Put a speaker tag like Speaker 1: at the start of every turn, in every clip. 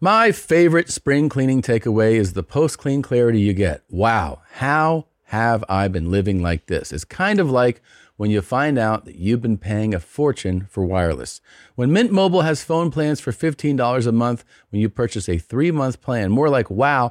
Speaker 1: My favorite spring cleaning takeaway is the post clean clarity you get. Wow, how have I been living like this? It's kind of like when you find out that you've been paying a fortune for wireless. When Mint Mobile has phone plans for $15 a month when you purchase a three month plan, more like, wow,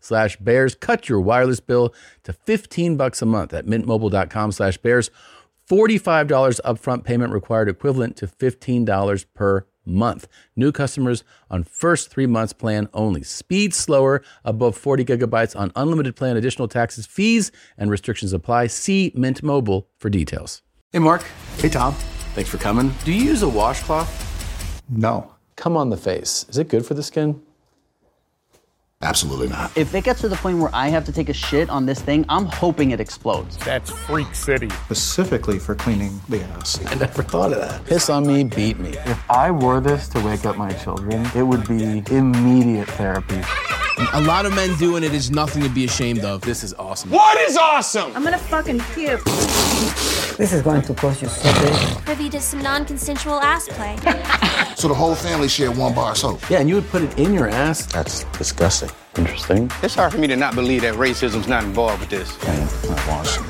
Speaker 1: slash bears. Cut your wireless bill to 15 bucks a month at mintmobile.com slash bears. $45 upfront payment required equivalent to $15 per month. New customers on first three months plan only. Speed slower above 40 gigabytes on unlimited plan. Additional taxes, fees, and restrictions apply. See Mint Mobile for details. Hey, Mark.
Speaker 2: Hey, Tom.
Speaker 1: Thanks for coming. Do you use a washcloth?
Speaker 2: No,
Speaker 1: Come on the face. Is it good for the skin?
Speaker 2: absolutely not.
Speaker 3: If it gets to the point where I have to take a shit on this thing, I'm hoping it explodes.
Speaker 4: That's Freak City.
Speaker 5: specifically for cleaning the house.
Speaker 2: I never thought of that.
Speaker 1: Piss on me, beat me.
Speaker 6: I wore this to wake up my children, it would be immediate therapy.
Speaker 7: A lot of men doing it is nothing to be ashamed of.
Speaker 1: This is awesome.
Speaker 8: What is awesome?
Speaker 9: I'm gonna fucking puke.
Speaker 4: Uh,
Speaker 10: This is going to cost you something.
Speaker 9: Privy to some non consensual ass play.
Speaker 2: So the whole family shared one bar of soap.
Speaker 1: Yeah, and you would put it in your ass?
Speaker 2: That's disgusting.
Speaker 1: Interesting.
Speaker 8: It's hard for me to not believe that racism's not involved with this.
Speaker 2: I want some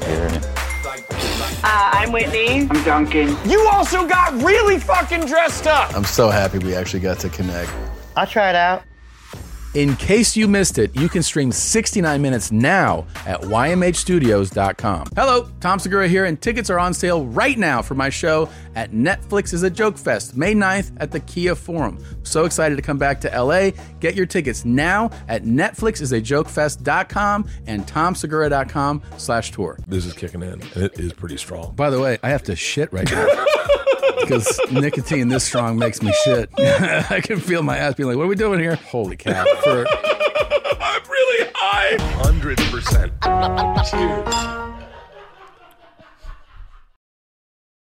Speaker 10: I'm Whitney.
Speaker 6: I'm Duncan.
Speaker 8: You also got really fucking dressed up.
Speaker 1: I'm so happy we actually got to connect.
Speaker 3: I'll try it out.
Speaker 1: In case you missed it, you can stream 69 minutes now at ymhstudios.com. Hello, Tom Segura here, and tickets are on sale right now for my show at Netflix is a Joke Fest, May 9th at the Kia Forum. So excited to come back to LA. Get your tickets now at netflixisajokefest.com and tomsegura.com slash tour.
Speaker 11: This is kicking in, and it is pretty strong.
Speaker 1: By the way, I have to shit right now. Because nicotine this strong makes me shit. I can feel my ass being like, what are we doing here? Holy cow. For-
Speaker 11: I'm really high. 100%. Cheers.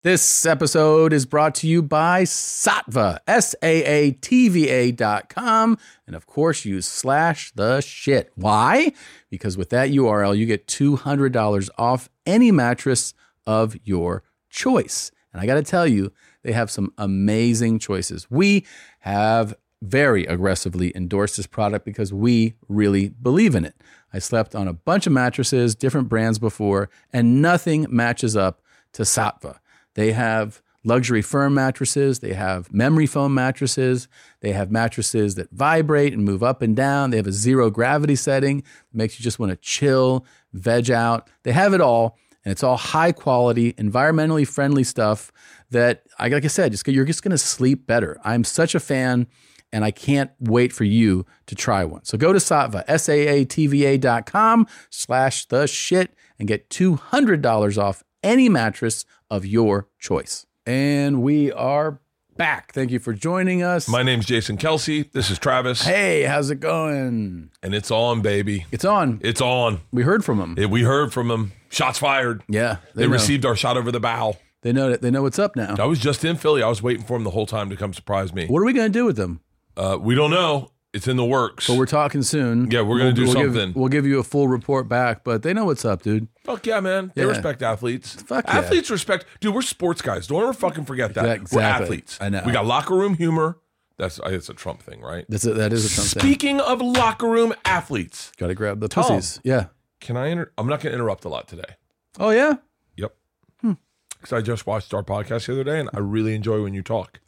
Speaker 1: This episode is brought to you by Satva, S A A T V A dot com. And of course, use slash the shit. Why? Because with that URL, you get $200 off any mattress of your choice. And I got to tell you, they have some amazing choices. We have very aggressively endorsed this product because we really believe in it. I slept on a bunch of mattresses, different brands before, and nothing matches up to Satva. They have luxury firm mattresses, they have memory foam mattresses, they have mattresses that vibrate and move up and down, they have a zero gravity setting that makes you just want to chill, veg out. They have it all and it's all high quality, environmentally friendly stuff that I like I said, just you're just going to sleep better. I'm such a fan and I can't wait for you to try one. So go to Satva, S-A-A-T-V-A dot com slash the shit and get $200 off any mattress of your choice. And we are back. Thank you for joining us.
Speaker 11: My name's Jason Kelsey. This is Travis,
Speaker 1: hey, how's it going?
Speaker 11: and it's on, baby.
Speaker 1: It's on.
Speaker 11: It's on.
Speaker 1: We heard from them.
Speaker 11: It- we heard from them. Shots fired.
Speaker 1: yeah.
Speaker 11: They
Speaker 1: know.
Speaker 11: received our shot over the bow.
Speaker 1: They know that they know what's up now.
Speaker 11: I was just in Philly. I was waiting for him the whole time to come surprise me.
Speaker 1: What are we going to do with them?
Speaker 11: Uh, we don't know. It's in the works.
Speaker 1: But we're talking soon.
Speaker 11: Yeah, we're gonna do
Speaker 1: give-
Speaker 11: something.
Speaker 1: we'll give you a full report back, but they know what's up, dude.
Speaker 11: Fuck yeah, man. They
Speaker 1: Yeah.
Speaker 11: respect athletes.
Speaker 1: Fuck yeah.
Speaker 11: athletes respect. Dude, we're sports guys. Don't ever fucking forget that.
Speaker 1: Yeah,
Speaker 11: We're
Speaker 1: exactly.
Speaker 11: athletes.
Speaker 1: I know.
Speaker 11: We got locker room humor. That's I it's a Trump thing, right?
Speaker 1: That's a, that is something.
Speaker 11: Speaking of locker room athletes,
Speaker 1: Got to grab the
Speaker 11: Tom.
Speaker 1: pussies. Yeah.
Speaker 11: can I? Inter- I'm not going to interrupt a lot today.
Speaker 1: Oh yeah.
Speaker 11: Yep.
Speaker 1: Hmm.
Speaker 11: Because I just watched our podcast the other day, and I really enjoy when you talk.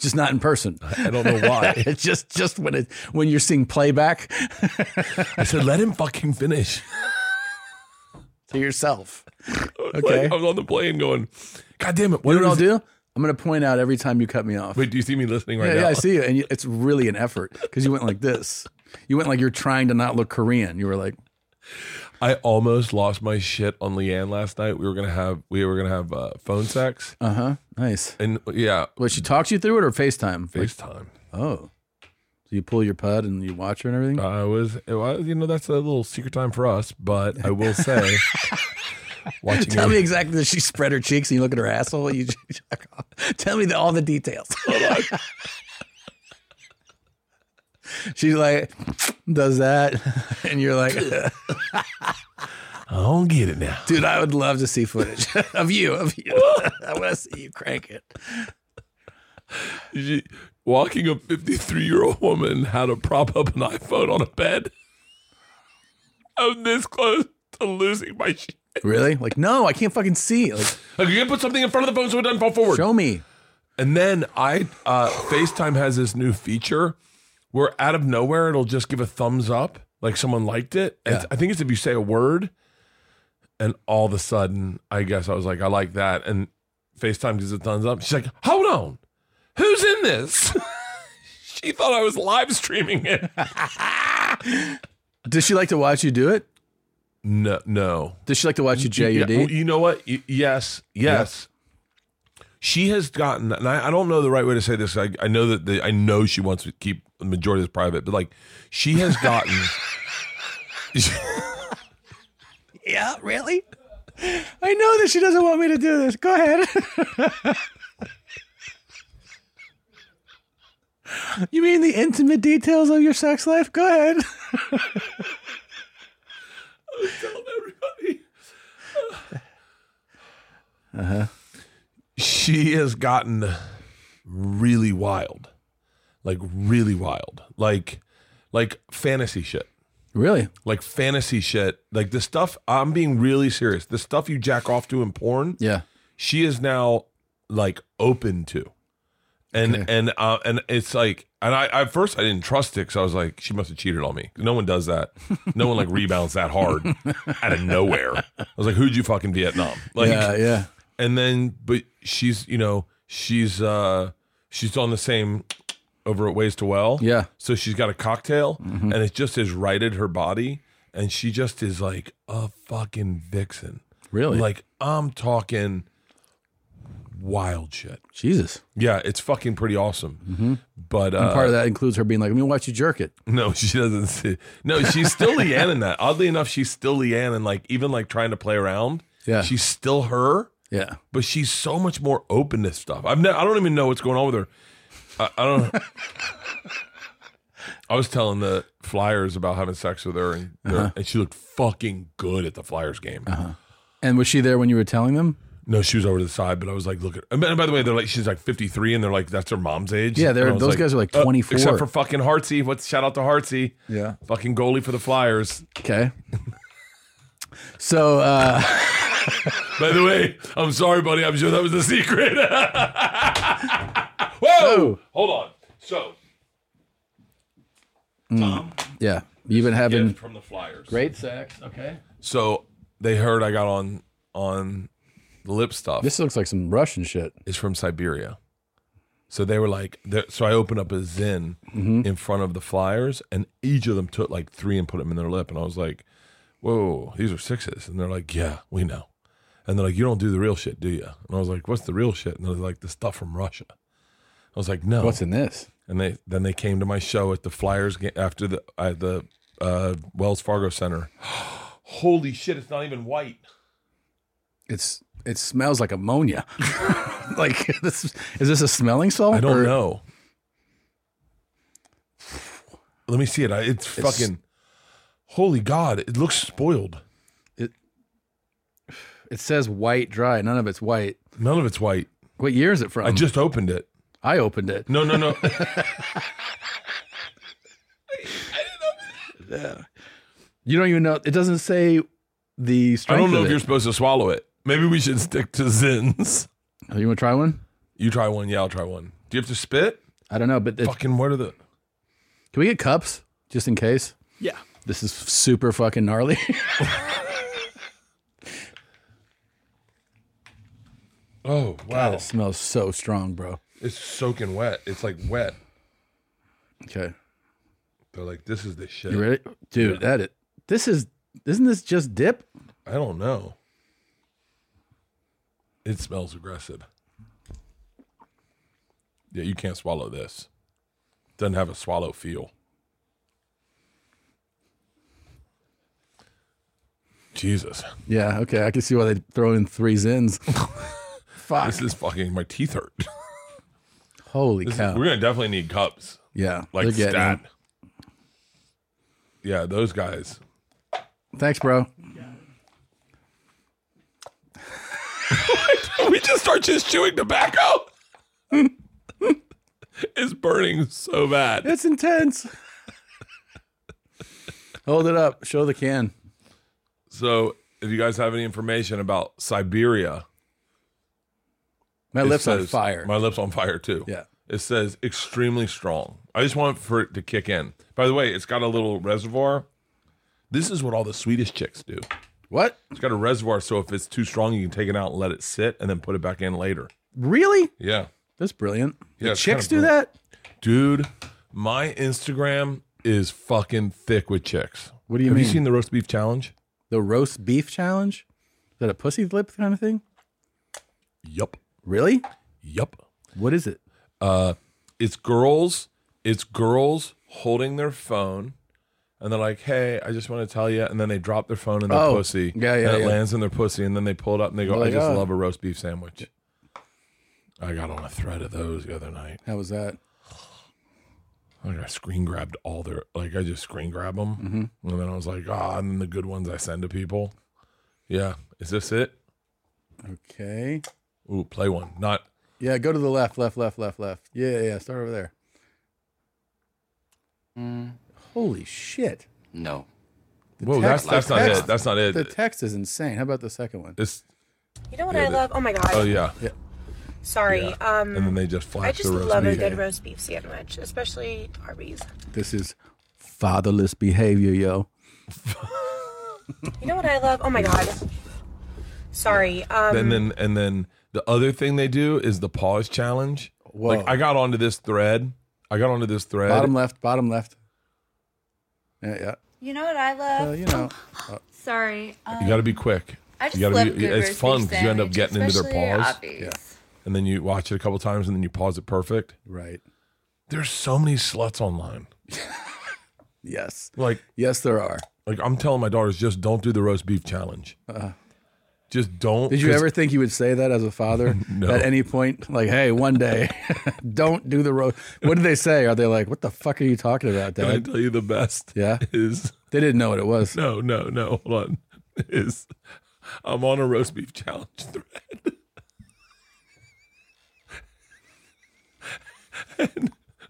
Speaker 1: Just not in person.
Speaker 11: I don't know why.
Speaker 1: It's just just when it when you're seeing playback
Speaker 11: I said, let him fucking finish.
Speaker 1: to yourself.
Speaker 11: Like,
Speaker 1: Okay.
Speaker 11: I was on the plane going, God damn it!
Speaker 1: You
Speaker 11: What
Speaker 1: know what I'll
Speaker 11: is it?"
Speaker 1: do? I'm gonna point out every time you cut me off.
Speaker 11: Wait, do you see me listening right
Speaker 1: yeah,
Speaker 11: now?
Speaker 1: yeah, I see you, and you- it's really an effort because you went like this. You went like you're trying to not look Korean. You were like,
Speaker 11: I almost lost my shit on Leanne last night. We were gonna have we were gonna have uh, phone sex,
Speaker 1: uh huh, nice.
Speaker 11: and yeah,
Speaker 1: What she talked you through it or Facetime? Like,
Speaker 11: FaceTime.
Speaker 1: oh, So you pull your pud and you watch her and everything.
Speaker 11: I was, it was, you know, that's a little secret time for us, but I will say, watching
Speaker 1: Tell
Speaker 11: her,
Speaker 1: me exactly that she spread her cheeks and you look at her asshole. You jack off. Tell me the, all the details.
Speaker 11: Oh,
Speaker 1: She's like, does that, and you're like,
Speaker 11: I don't get it now.
Speaker 1: dude, I would love to see footage of you, of you. I want to see you crank it.
Speaker 11: She- walking a 53 year old woman how to prop up an iPhone on a bed. I'm this close to losing my shit.
Speaker 1: Really? Like, no, I can't fucking see. Like,
Speaker 11: Like, you can put something in front of the phone so it doesn't fall forward.
Speaker 1: show me.
Speaker 11: And then I uh, FaceTime has this new feature where out of nowhere it'll just give a thumbs up, like someone liked it. And I think it's if you say a word, and all of a sudden, I guess I was like, I like that, and FaceTime gives a thumbs up. She's like, Hold on, who's in this? she thought I was live streaming it.
Speaker 1: Does she like to watch you do it?
Speaker 11: No, no.
Speaker 1: Does she like to watch you J
Speaker 11: Yeah,
Speaker 1: your D?
Speaker 11: well, you know what? Y- yes, yes. She has gotten, and I, I don't know the right way to say this. I, I know that the, I know she wants to keep the majority of this private, but like she has gotten.
Speaker 1: Yeah, really? I know that she doesn't want me to do this. Go ahead. you mean the intimate details of your sex life? Go ahead.
Speaker 11: she has gotten really wild, like really wild, like like fantasy shit.
Speaker 1: Really?
Speaker 11: Like fantasy shit, like the stuff I'm being really serious. The stuff you jack off to in porn,
Speaker 1: Yeah.
Speaker 11: she is now like open to and and uh, and it's like and I at first I didn't trust it because I was like she must have cheated on me. No one does that. No one like rebounds that hard out of nowhere. I was like, who'd you fucking Vietnam? Like,
Speaker 1: yeah, yeah.
Speaker 11: and then but she's you know she's uh she's on the same over at Ways to Well.
Speaker 1: Yeah. Mm-hmm.
Speaker 11: So she's got a cocktail and it just has righted her body and she just is like a fucking vixen.
Speaker 1: Really?
Speaker 11: Like I'm talking wild shit.
Speaker 1: Jesus.
Speaker 11: Yeah, it's fucking pretty awesome. But uh,
Speaker 1: And Mm-hmm. part of that includes her being like, "Let me watch you jerk it."
Speaker 11: no, she doesn't. See, no, she's still Leanne in that. Oddly enough, she's still Leanne and like even like trying to play around.
Speaker 1: Yeah.
Speaker 11: she's still her,
Speaker 1: Yeah.
Speaker 11: but she's so much more open to stuff. I've ne- I don't even know what's going on with her. I, I don't. I was telling the Flyers about having sex with her, and, they're-
Speaker 1: Uh-huh.
Speaker 11: and she looked fucking good at the Flyers game.
Speaker 1: And was she there when you were telling them?
Speaker 11: No, she was over to the side, but I was like, look at. And by and by the way, they're like, she's like 53, and they're like, that's her mom's age.
Speaker 1: Yeah, they're-
Speaker 11: And I was
Speaker 1: those guys are like
Speaker 11: uh,
Speaker 1: 24.
Speaker 11: except for fucking Hartsey. What's shout out to Hartsey?
Speaker 1: Yeah.
Speaker 11: fucking goalie for the Flyers.
Speaker 1: Okay. so uh,
Speaker 11: By the way, I'm sorry, buddy. I'm sure that was the secret. Whoa! Hold on. So,
Speaker 1: yeah, you've been having
Speaker 11: from the Flyers.
Speaker 1: great sex. Okay.
Speaker 11: So they heard I got on on the lip stuff.
Speaker 1: This looks like some Russian shit.
Speaker 11: is from Siberia. So they were like, they're- so I opened up a Zen in front of the flyers, and each of them took like three and put them in their lip. And I was like, whoa, these are sixes. And they're like, yeah, we know. And they're like, you don't do the real shit, do you? And I was like, what's the real shit? And they're like, the stuff from Russia. I was like, no.
Speaker 1: What's in this?
Speaker 11: and they then they came to my show at the Flyers game after the at the uh, Wells Fargo Center. Holy shit! It's not even white.
Speaker 1: It's it smells like ammonia. like this is this a smelling salt?
Speaker 11: I don't
Speaker 1: or-
Speaker 11: know. Let me see it. I, it's, fucking. Holy God! It looks spoiled.
Speaker 1: It says white dry. None of it's white.
Speaker 11: None of it's white.
Speaker 1: What year is it from?
Speaker 11: I just opened it.
Speaker 1: I opened it.
Speaker 11: Um, No, no, no.
Speaker 1: You don't even know. It doesn't say the
Speaker 11: I
Speaker 1: strength.
Speaker 11: don't know
Speaker 1: of
Speaker 11: if
Speaker 1: it.
Speaker 11: you're supposed to swallow it. Maybe we should stick to Zins.
Speaker 1: Oh, you want to try one?
Speaker 11: You try one. Yeah, I'll try one. Do you have to spit?
Speaker 1: I don't know. But it,
Speaker 11: Fucking. What are the?
Speaker 1: can we get cups just in case?
Speaker 11: Yeah.
Speaker 1: This is super fucking gnarly.
Speaker 11: Oh wow!
Speaker 1: it smells so strong, bro.
Speaker 11: It's soaking wet. It's like wet.
Speaker 1: Okay,
Speaker 11: They're like, this is the shit.
Speaker 1: you ready, dude? That it. This is. Isn't this just dip?
Speaker 11: I don't know. It smells aggressive. Yeah, you can't swallow this. Doesn't have a swallow feel. Jesus.
Speaker 1: Yeah, okay. I can see why they throw in three zins. Fuck.
Speaker 11: This is fucking my teeth hurt.
Speaker 1: Holy
Speaker 11: This is-
Speaker 1: cow.
Speaker 11: we're gonna definitely need cups.
Speaker 1: yeah.
Speaker 11: Like
Speaker 1: they're getting
Speaker 11: stat.
Speaker 1: them.
Speaker 11: Yeah, those guys.
Speaker 1: Thanks, bro.
Speaker 11: we just start just chewing tobacco. it's burning so bad.
Speaker 1: It's intense. Hold it up. Show the can.
Speaker 11: So, if you guys have any information about Siberia,
Speaker 1: My
Speaker 11: it
Speaker 1: lips on
Speaker 11: says-
Speaker 1: fire.
Speaker 11: My lips on fire too.
Speaker 1: Yeah.
Speaker 11: It says extremely strong. I just want for it to kick in. By the way, it's got a little reservoir. This is what all the Swedish chicks do.
Speaker 1: what?
Speaker 11: It's got a reservoir, so if it's too strong, you can take it out and let it sit, and then put it back in later.
Speaker 1: Really?
Speaker 11: Yeah.
Speaker 1: That's brilliant.
Speaker 11: Yeah,
Speaker 1: The
Speaker 11: it's
Speaker 1: chicks
Speaker 11: kinda
Speaker 1: do that?
Speaker 11: Dude, my Instagram is fucking thick with chicks.
Speaker 1: What do you
Speaker 11: Have
Speaker 1: mean?
Speaker 11: you seen the roast beef challenge?
Speaker 1: The roast beef challenge? Is that a pussy lip kind of thing?
Speaker 11: Yup.
Speaker 1: Really?
Speaker 11: Yup.
Speaker 1: What is it?
Speaker 11: It's girls. It's girls holding their phone, and they're like, "Hey, I just want to tell you," and then they drop their phone in their
Speaker 1: Oh,
Speaker 11: pussy.
Speaker 1: yeah, yeah,
Speaker 11: And it
Speaker 1: yeah.
Speaker 11: lands in their pussy, and then they pull it up and they go,
Speaker 1: Like,
Speaker 11: "I just
Speaker 1: oh.
Speaker 11: love a roast beef sandwich." I got on a thread of those the other night.
Speaker 1: How was that?
Speaker 11: Like I screen grabbed all their, like I just screen grab them,
Speaker 1: Mm-hmm.
Speaker 11: and then I was like, "Ah," and then the good ones I send to people. Yeah, is this it?
Speaker 1: Okay.
Speaker 11: Ooh, play one. Not
Speaker 1: Yeah, go to the left, left, left, left, left. Yeah, yeah, yeah. Start over there. Holy shit.
Speaker 8: No.
Speaker 11: whoa.
Speaker 1: text-
Speaker 11: that's that's
Speaker 1: the
Speaker 11: not
Speaker 1: text-
Speaker 11: it. That's not it.
Speaker 1: The text is insane. How about the second one?
Speaker 11: it's
Speaker 4: You know what
Speaker 11: Yeah,
Speaker 4: I
Speaker 11: they-
Speaker 4: love? Oh my god.
Speaker 11: oh yeah.
Speaker 4: Sorry.
Speaker 11: Yeah.
Speaker 4: Um,
Speaker 11: and then they just
Speaker 4: I
Speaker 11: flash
Speaker 4: just
Speaker 11: the roast
Speaker 4: love a
Speaker 11: meat. eh?
Speaker 4: good roast beef sandwich, especially Arby's.
Speaker 1: This is fatherless behavior, yo.
Speaker 4: You know what I love? Oh my god. Sorry. Um,
Speaker 11: and then and then the other thing they do is the pause challenge.
Speaker 1: Whoa.
Speaker 11: Like I got onto this thread. I got onto this thread.
Speaker 1: Bottom left, bottom left. Yeah, yeah.
Speaker 9: You know what I love?
Speaker 1: So, you know,
Speaker 9: Sorry. Um,
Speaker 11: you got to be quick.
Speaker 9: I just
Speaker 11: you gotta
Speaker 9: love
Speaker 11: be-
Speaker 9: good
Speaker 11: it's
Speaker 9: roast
Speaker 11: fun
Speaker 9: beef
Speaker 11: 'cause you end up
Speaker 9: sandwich,
Speaker 11: getting into their
Speaker 9: especially at
Speaker 11: paws.
Speaker 9: Arby's.
Speaker 1: Yeah.
Speaker 11: and then you watch it a couple times and then you pause it perfect.
Speaker 1: right.
Speaker 11: There's so many sluts online.
Speaker 1: Yes.
Speaker 11: Like
Speaker 1: Yes, there are.
Speaker 11: like I'm telling my daughters just don't do the roast beef challenge. just don't.
Speaker 1: Uh-huh. Did you
Speaker 11: 'cause
Speaker 1: ever think you would say that as a father
Speaker 11: No.
Speaker 1: at any point? Like, hey, one day, don't do the road. What did they say? Are they like, what the fuck are you talking about,
Speaker 11: Can I
Speaker 1: Dad?
Speaker 11: tell you the best?
Speaker 1: Yeah.
Speaker 11: Is
Speaker 1: They didn't know what it was.
Speaker 11: no no no hold on is I'm on a roast beef challenge thread.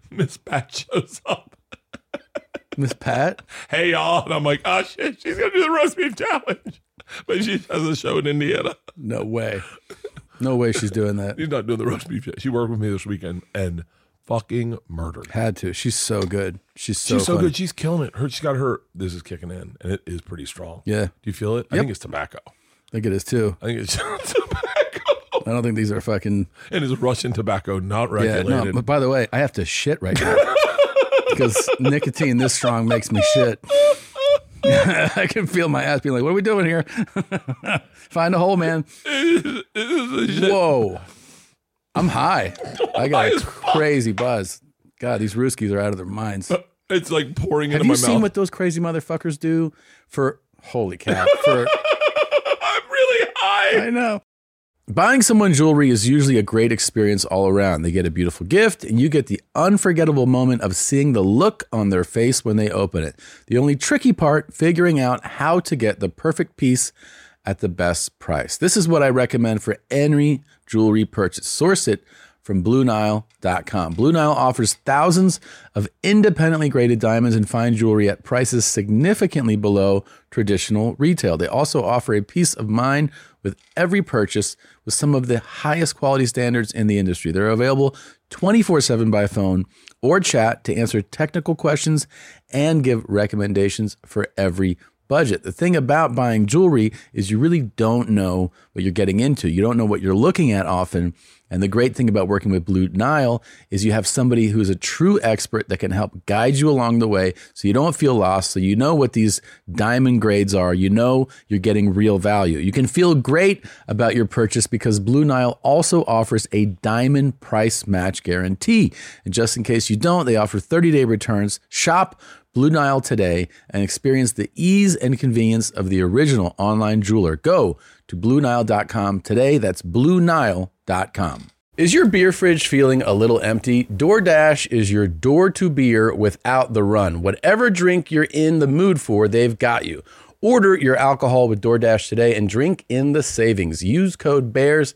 Speaker 11: Miss Pat shows up.
Speaker 1: Miss Pat?
Speaker 11: Hey y'all, and I'm like, oh shit, she's gonna do the roast beef challenge, but she has a show in Indiana.
Speaker 1: No way. No way she's doing that.
Speaker 11: She's not doing the roast beef. Yet. She worked with me this weekend and fucking murdered.
Speaker 1: Had to. She's so good. She's so,
Speaker 11: she's so
Speaker 1: funny.
Speaker 11: good. She's killing it. Her, she's got her. This is kicking in, and it is pretty strong.
Speaker 1: Yeah.
Speaker 11: Do you feel it? I think it's tobacco.
Speaker 1: I think it is too.
Speaker 11: I think it's tobacco.
Speaker 1: I don't think these are fucking.
Speaker 11: and it's Russian tobacco, not
Speaker 1: Yeah.
Speaker 11: regulated.
Speaker 1: No, but by the way, I have to shit right now because nicotine this strong makes me shit. I can feel my ass being like, what are we doing here? Find a hole, man. Whoa. I'm high. I got a crazy buzz. God, these Ruskies are out of their minds.
Speaker 11: it's like pouring
Speaker 1: Have
Speaker 11: into
Speaker 1: you
Speaker 11: my
Speaker 1: seen
Speaker 11: mouth.
Speaker 1: what those crazy motherfuckers do for, holy cow, for.
Speaker 11: I'm really high.
Speaker 1: I know. Buying someone jewelry is usually a great experience all around. They get a beautiful gift, and you get the unforgettable moment of seeing the look on their face when they open it. The only tricky part, figuring out how to get the perfect piece at the best price. This is what I recommend for any jewelry purchase. Source it from BlueNile.com. Blue Nile offers thousands of independently graded diamonds and fine jewelry at prices significantly below traditional retail. They also offer a peace of mind with every purchase with some of the highest quality standards in the industry. They're available 24 7 by phone or chat to answer technical questions and give recommendations for every budget. The thing about buying jewelry is you really don't know what you're getting into. You don't know what you're looking at often. And the great thing about working with Blue Nile is you have somebody who's a true expert that can help guide you along the way so you don't feel lost. So you know what these diamond grades are. You know you're getting real value. You can feel great about your purchase because Blue Nile also offers a diamond price match guarantee. And just in case you don't, they offer 30 day returns. Shop Blue Nile today and experience the ease and convenience of the original online jeweler. Go to BlueNile.com today. That's BlueNile.com. Is your beer fridge feeling a little empty? DoorDash is your door to beer without the run. Whatever drink you're in the mood for, they've got you. Order your alcohol with DoorDash today and drink in the savings. Use code BEARS.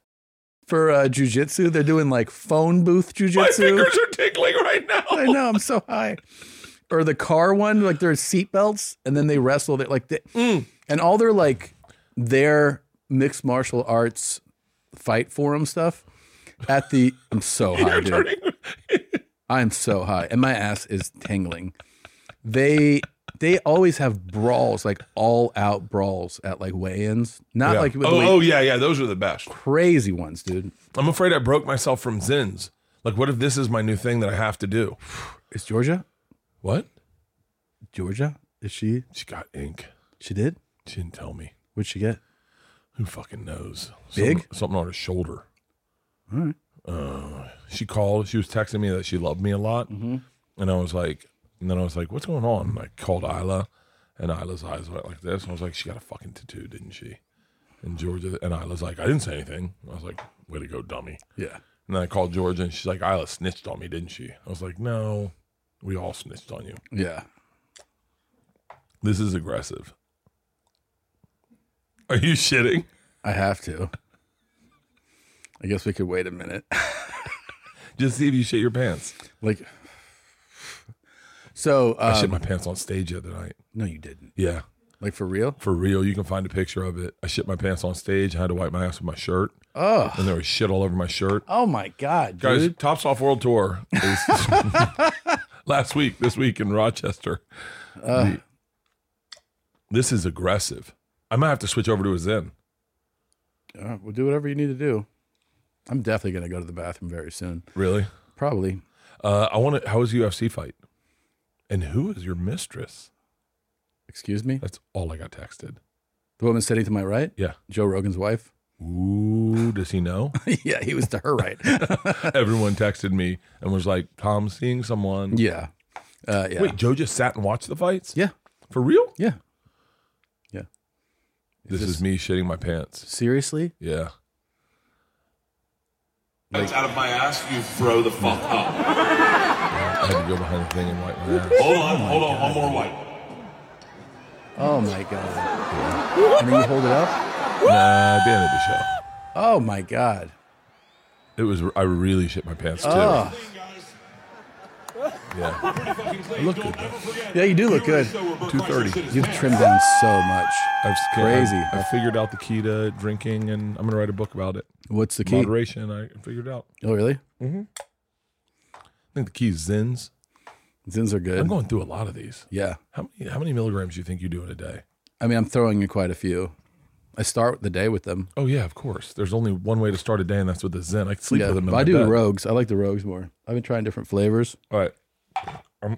Speaker 1: For uh, jujitsu, they're doing like phone booth jujitsu.
Speaker 11: My fingers are tingling right now.
Speaker 1: I know I'm so high. Or the car one, like there's seatbelts, and then they wrestle. That like, they, and all their like their mixed martial arts fight forum stuff at the. I'm so high, dude. I'm so high, and my ass is tingling. They they always have brawls, like all out brawls at like weigh-ins, not
Speaker 11: Yeah.
Speaker 1: like with
Speaker 11: oh,
Speaker 1: like
Speaker 11: oh, yeah, yeah. Those are the best.
Speaker 1: crazy ones, dude.
Speaker 11: I'm afraid I broke myself from Zins. Like, what if this is my new thing that I have to do?
Speaker 1: Is Georgia?
Speaker 11: What?
Speaker 1: Georgia? Is she?
Speaker 11: She got ink.
Speaker 1: She did?
Speaker 11: She didn't tell me.
Speaker 1: What'd she get?
Speaker 11: Who fucking knows?
Speaker 1: Big?
Speaker 11: Something, something on her shoulder. Uh, she called. She was texting me that she loved me a lot,
Speaker 1: Mm-hmm.
Speaker 11: and I was like, and then I was like, "What's going on?" And I called Isla, and Isla's eyes went like this. And I was like, "She got a fucking tattoo, didn't she?" And Georgia and Isla's like, "I didn't say anything." I was like, "Way to go, dummy."
Speaker 1: Yeah.
Speaker 11: And then I called Georgia, and she's like, "Isla snitched on me, didn't she?" I was like, "No, we all snitched on you.
Speaker 1: Yeah.
Speaker 11: This is aggressive." Are you shitting?
Speaker 1: I have to. I guess we could wait a minute.
Speaker 11: Just see if you shit your pants.
Speaker 1: like so
Speaker 11: I shit
Speaker 1: um,
Speaker 11: my pants on stage the other night.
Speaker 1: no you didn't.
Speaker 11: Yeah,
Speaker 1: Like for real?
Speaker 11: for real. You can find a picture of it. I shit my pants on stage. I had to wipe my ass with my shirt,
Speaker 1: Oh.
Speaker 11: and there was shit all over my shirt.
Speaker 1: Oh my god,
Speaker 11: Guys,
Speaker 1: dude.
Speaker 11: Tops Off World Tour is last week, this week in Rochester. The- this is aggressive. I might have to switch over to a Zen.
Speaker 1: All right, Uh, we'll do whatever you need to do. I'm definitely gonna go to the bathroom very soon.
Speaker 11: Really?
Speaker 1: Probably.
Speaker 11: Uh, I want to. How was the UFC fight? And who is your mistress?
Speaker 1: Excuse me.
Speaker 11: That's all I got texted.
Speaker 1: The woman sitting to my right?
Speaker 11: Yeah.
Speaker 1: Joe Rogan's wife.
Speaker 11: Ooh, does he know?
Speaker 1: yeah, he was to her right.
Speaker 11: Everyone texted me and was like, "Tom, seeing someone."
Speaker 1: yeah. Uh, yeah.
Speaker 11: Wait, Joe just sat and watched the fights.
Speaker 1: Yeah.
Speaker 11: For real?
Speaker 1: Yeah.
Speaker 11: This is me shitting my pants.
Speaker 1: Seriously?
Speaker 11: Yeah.
Speaker 8: It's out of my ass, you throw the fuck up.
Speaker 11: I had to go behind the thing and wipe my ass.
Speaker 8: Hold on, hold on, one more wipe.
Speaker 1: Oh my god. And then you hold it up?
Speaker 11: Nah, at the end of the show.
Speaker 1: Oh my god.
Speaker 11: It was, I really shit my pants too.
Speaker 1: Oh.
Speaker 11: Yeah. I look good. though.
Speaker 1: Yeah, you do look good.
Speaker 11: 230.
Speaker 1: You've trimmed down so much.
Speaker 11: I've,
Speaker 1: Crazy.
Speaker 11: I, I figured out the key to drinking and I'm going to write a book about it.
Speaker 1: What's the key?
Speaker 11: Moderation, I figured it out.
Speaker 1: Oh, really?
Speaker 11: I think the key is Zins.
Speaker 1: Zins are good.
Speaker 11: I'm going through a lot of these.
Speaker 1: yeah.
Speaker 11: How many, how many milligrams do you think you do in a day?
Speaker 1: I mean, I'm throwing you quite a few. I start the day with them.
Speaker 11: Oh, yeah, of course. There's only one way to start a day, and that's with a Zen. I can sleep
Speaker 1: Yeah.
Speaker 11: with them.
Speaker 1: But
Speaker 11: In
Speaker 1: I
Speaker 11: my
Speaker 1: do
Speaker 11: bed.
Speaker 1: rogues. I like the rogues more. I've been trying different flavors.
Speaker 11: All right. I'm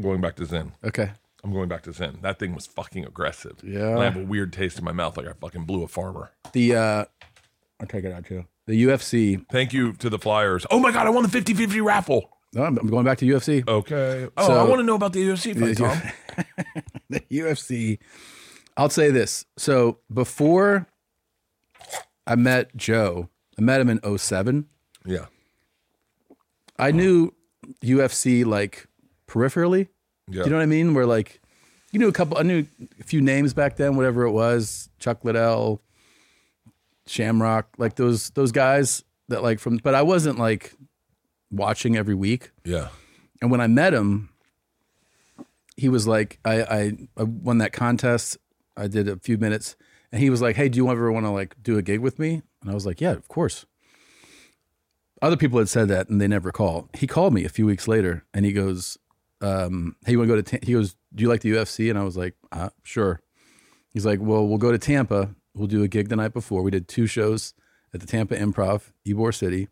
Speaker 11: going back to Zen.
Speaker 1: Okay.
Speaker 11: I'm going back to Zen. That thing was fucking aggressive.
Speaker 1: Yeah.
Speaker 11: And I have a weird taste in my mouth like I fucking blew a farmer.
Speaker 1: The uh I'll take it out too. The UFC.
Speaker 11: Thank you to the Flyers. Oh my God, I won the 50 50 raffle.
Speaker 1: No, I'm I'm going back to UFC.
Speaker 11: Okay. Oh, I
Speaker 1: So-
Speaker 11: want to know about the UFC fight, Oh, Tom.
Speaker 1: the UFC. I'll say this. So before I met Joe, I met him in 07.
Speaker 11: yeah.
Speaker 1: I knew UFC like peripherally.
Speaker 11: Yeah.
Speaker 1: Do you know what I mean? Where like you knew a couple, I knew a few names back then, whatever it was, Chuck Liddell, Shamrock, like those those guys that like from. But I wasn't like watching every week.
Speaker 11: yeah.
Speaker 1: And when I met him, he was like, I, I, I won that contest. I did a few minutes. And he was like, Hey, do you ever want to like do a gig with me? And I was like, Yeah, of course. Other people had said that and they never call. He called me a few weeks later and he goes, um, Hey, you want to go to, Ta-? he goes, Do you like the UFC? And I was like, uh, Sure. He's like, Well, we'll go to Tampa. We'll do a gig the night before. We did two shows at the Tampa Improv, Ybor City.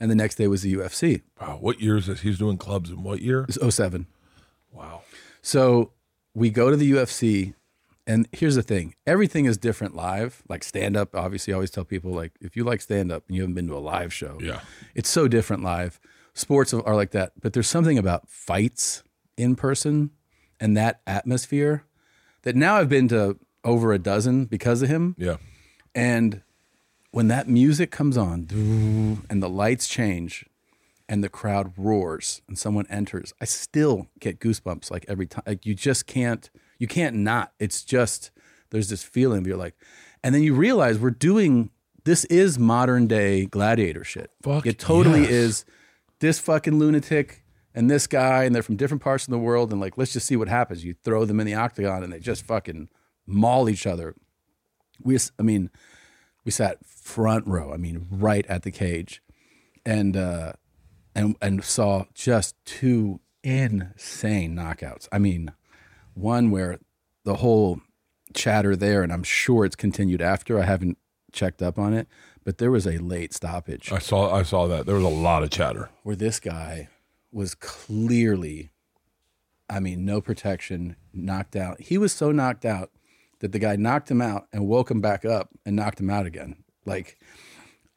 Speaker 1: And the next day was the UFC.
Speaker 11: Wow. uh, What year is this? He's doing clubs in what year?
Speaker 1: It was 07.
Speaker 11: Wow.
Speaker 1: So we go to the UFC, and here's the thing everything is different live. Like stand up, obviously, I always tell people, like, if you like stand up and you haven't been to a live show,
Speaker 11: Yeah.
Speaker 1: it's so different live. Sports are like that, but there's something about fights in person and that atmosphere that now I've been to over a dozen because of him.
Speaker 11: Yeah.
Speaker 1: And when that music comes on and the lights change and the crowd roars and someone enters, I still get goosebumps like every time. Like you just can't, you can't not. It's just, there's this feeling of you're like, and then you realize we're doing, this is modern day gladiator shit.
Speaker 11: Fuck
Speaker 1: It totally
Speaker 11: yes.
Speaker 1: is this fucking lunatic and this guy, and they're from different parts of the world. And like, let's just see what happens. You throw them in the octagon and they just fucking maul each other. We, I mean, we sat front row. I mean, right at the cage, and uh, and and saw just two insane knockouts. I mean, one where the whole chatter there, and I'm sure it's continued after. I haven't checked up on it, but there was a late stoppage
Speaker 11: I saw. I saw that. There was a lot of chatter.
Speaker 1: where this guy was clearly, I mean, no protection, knocked out. He was so knocked out that the guy knocked him out and woke him back up and knocked him out again, like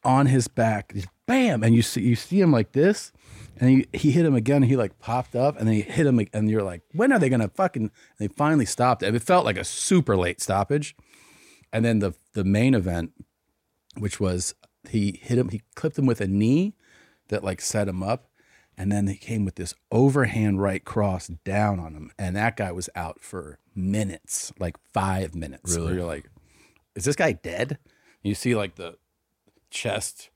Speaker 1: on his back, just bam, and you see you see him like this, and he, he hit him again. And he like popped up, and then he hit him, ag- and you're like, when are they gonna fucking? And they finally stopped it. It felt like a super late stoppage, and then the the main event, which was he hit him, he clipped him with a knee, that like set him up. And then they came with this overhand right cross down on him. And that guy was out for minutes, like five minutes. Really? You're like, is this guy dead? you see like the chest,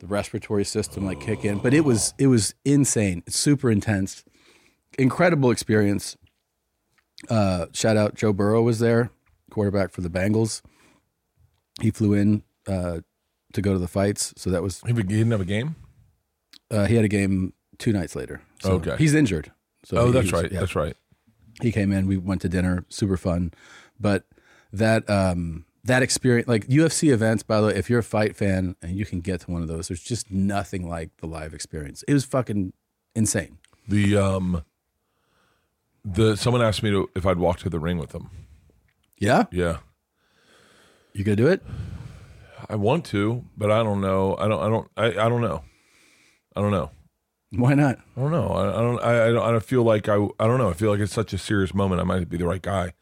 Speaker 1: the respiratory system like kick in. But it was it was insane. It's super intense. Incredible experience. Uh, shout out Joe Burrow was there, quarterback for the Bengals. He flew in uh, to go to the fights. So that was
Speaker 11: He be- he didn't have a game.
Speaker 1: uh, he had a game two nights later. So
Speaker 11: Okay.
Speaker 1: He's injured. So
Speaker 11: oh,
Speaker 1: he-
Speaker 11: that's
Speaker 1: he's-
Speaker 11: right.
Speaker 1: yeah.
Speaker 11: That's right.
Speaker 1: He came in. We went to dinner. Super fun. But that um, that experience, like UFC events, by the way, if you're a fight fan and you can get to one of those, there's just nothing like the live experience. It was fucking insane.
Speaker 11: The um, the someone asked me to if I'd walk to the ring with them.
Speaker 1: Yeah.
Speaker 11: Yeah,
Speaker 1: You gonna do it?
Speaker 11: I want to, but I don't know. I don't. I don't. I, I don't know. I don't know.
Speaker 1: Why not?
Speaker 11: I don't know. I, I don't. I, I don't. I don't feel like I. I don't know. I feel like it's such a serious moment. I might be the right guy.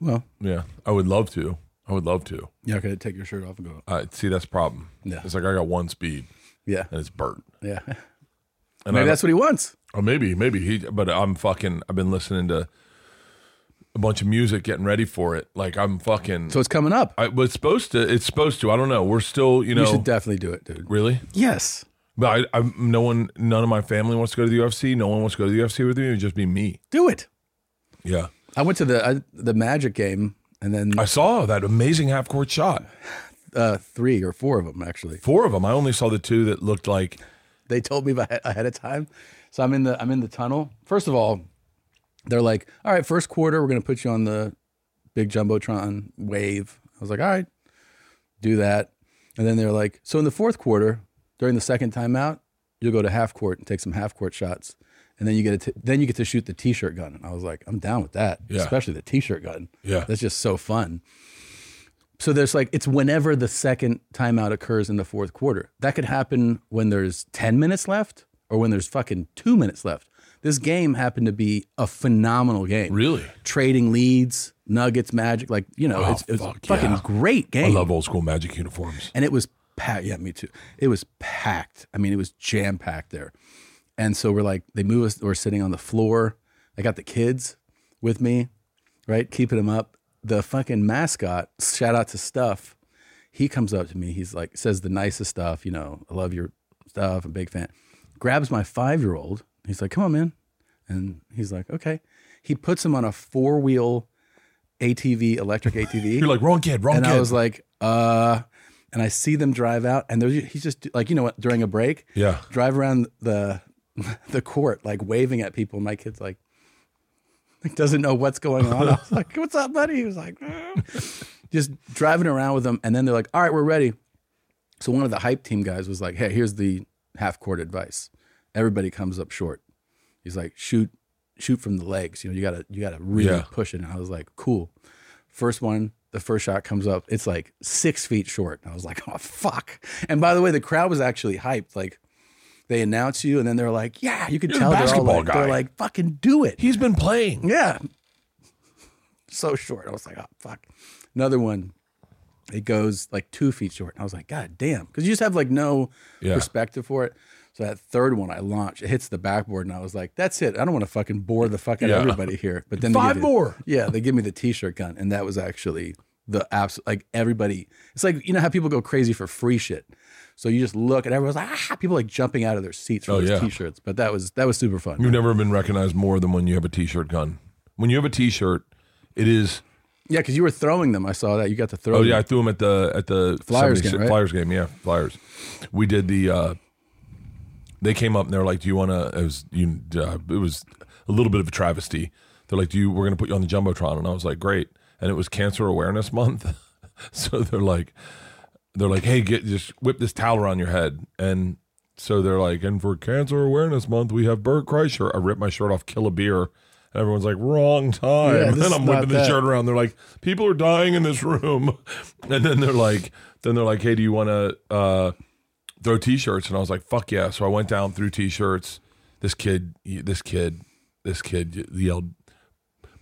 Speaker 1: Well,
Speaker 11: Yeah, I would love to. I would love to.
Speaker 1: you're not gonna take your shirt off and go.
Speaker 11: Uh, see, that's the problem.
Speaker 1: Yeah.
Speaker 11: It's like I got one speed,
Speaker 1: Yeah.
Speaker 11: and it's Bert.
Speaker 1: Yeah.
Speaker 11: And
Speaker 1: Maybe
Speaker 11: I-
Speaker 1: that's what he wants.
Speaker 11: Oh, maybe, maybe he. But I'm fucking. I've been listening to a bunch of music, getting ready for it. Like I'm fucking.
Speaker 1: So it's coming up.
Speaker 11: I was supposed to. It's supposed to. I don't know. We're still. You know.
Speaker 1: you should definitely do it, dude.
Speaker 11: really.
Speaker 1: Yes.
Speaker 11: But I, I, no one, none of my family wants to go to the UFC. No one wants to go to the UFC with me. It would just be me.
Speaker 1: Do it.
Speaker 11: Yeah.
Speaker 1: I went to the I, the Magic game and then
Speaker 11: I saw that amazing half court shot.
Speaker 1: uh, three or four of them actually.
Speaker 11: Four of them. I only saw the two that looked like.
Speaker 1: they told me ahe- ahead of time. So I'm in the I'm in the tunnel. First of all, they're like, "All right, first quarter, we're going to put you on the big jumbotron wave." I was like, "All right, do that." And then they're like, "So in the fourth quarter, during the second timeout, you'll go to half court and take some half court shots, and then you get to then you get to shoot the t-shirt gun." And I was like, "I'm down with that,
Speaker 11: Yeah.
Speaker 1: especially the t-shirt gun.
Speaker 11: Yeah.
Speaker 1: that's just so fun." So there's like it's whenever the second timeout occurs in the fourth quarter. That could happen when there's 10 minutes left or when there's fucking two minutes left. This game happened to be a phenomenal game.
Speaker 11: Really?
Speaker 1: Trading leads, nuggets, magic, like, you know,
Speaker 11: Oh,
Speaker 1: it's, it's
Speaker 11: fuck
Speaker 1: a fucking
Speaker 11: yeah.
Speaker 1: great
Speaker 11: I
Speaker 1: game.
Speaker 11: love old school magic uniforms.
Speaker 1: and it was packed. Yeah, me too. It was packed. I mean, it was jam packed there. And so we're like, they move us. We're sitting on the floor. I got the kids with me, right, keeping them up. The fucking mascot. Shout out to Stuff. He comes up to me. He's like, says the nicest stuff. You know, I love your stuff. I'm a big fan. Grabs my five year old. He's like, come on, man. And he's like, okay. He puts him on a four wheel ATV, electric ATV
Speaker 11: You're like wrong kid, wrong
Speaker 1: and
Speaker 11: kid.
Speaker 1: I was like, uh, and I see them drive out, and there's he's just like you know what during a break,
Speaker 11: yeah,
Speaker 1: drive around the the court like waving at people. My kid's like, like doesn't know what's going on. I was like, what's up, buddy? He was like, "Eh." just driving around with them, and then they're like, all right, we're ready. So one of the hype team guys was like, hey, here's the half court advice. Everybody comes up short. He's like, shoot, shoot from the legs. You know, you gotta you gotta really
Speaker 11: Yeah.
Speaker 1: push it. And I was like, cool. First one, the first shot comes up. It's like six feet short. And I was like, oh fuck. And by the way, the crowd was actually hyped. Like they announce you, and then they're like, yeah, you can
Speaker 11: You're the
Speaker 1: tell. they're all
Speaker 11: basketball
Speaker 1: like-
Speaker 11: guy.
Speaker 1: They're like, fucking do it.
Speaker 11: he's been playing.
Speaker 1: Yeah. So short. I was like, oh, fuck. Another one, it goes like two feet short. And I was like, God damn. Because you just have like no
Speaker 11: Yeah.
Speaker 1: perspective for it. So that third one I launched, it hits the backboard. And I was like, that's it. I don't want to fucking bore the fuck out
Speaker 11: Yeah.
Speaker 1: of everybody here. But then they
Speaker 11: Five
Speaker 1: give you-
Speaker 11: more.
Speaker 1: Yeah. They give me the t shirt gun. And that was actually the abs like everybody. It's like, you know how people go crazy for free shit. So you just look and everyone's like, ah, people like jumping out of their seats for
Speaker 11: Oh,
Speaker 1: those
Speaker 11: yeah.
Speaker 1: t-shirts. But that was that was super fun.
Speaker 11: You've never been recognized more than when you have a T-shirt gun. When you have a T-shirt, it is.
Speaker 1: Yeah, because you were throwing them. I saw that. You got to throw
Speaker 11: Oh
Speaker 1: them.
Speaker 11: yeah, I threw him at the at the
Speaker 1: Flyers
Speaker 11: 76
Speaker 1: game, right?
Speaker 11: Flyers game, yeah, Flyers. We did the. uh They came up and they're like, "Do you want to?" It was you. Uh, it was a little bit of a travesty. They're like, "Do you?" We're going to put you on the jumbotron, and I was like, "Great!" And it was Cancer Awareness Month, so they're like, they're like, "Hey, get just whip this towel around your head," and so they're like, "And for Cancer Awareness Month, we have Bert Kreischer." I ripped my shirt off, kill a beer. and Everyone's like, wrong time.
Speaker 1: Yeah,
Speaker 11: and
Speaker 1: this
Speaker 11: then
Speaker 1: is
Speaker 11: I'm
Speaker 1: not
Speaker 11: whipping the
Speaker 1: that.
Speaker 11: shirt around. They're like, people are dying in this room. And then they're like, then they're like, hey, do you want to uh, throw t-shirts? And I was like, fuck yeah. So I went down, threw t-shirts. This kid, this kid, this kid yelled,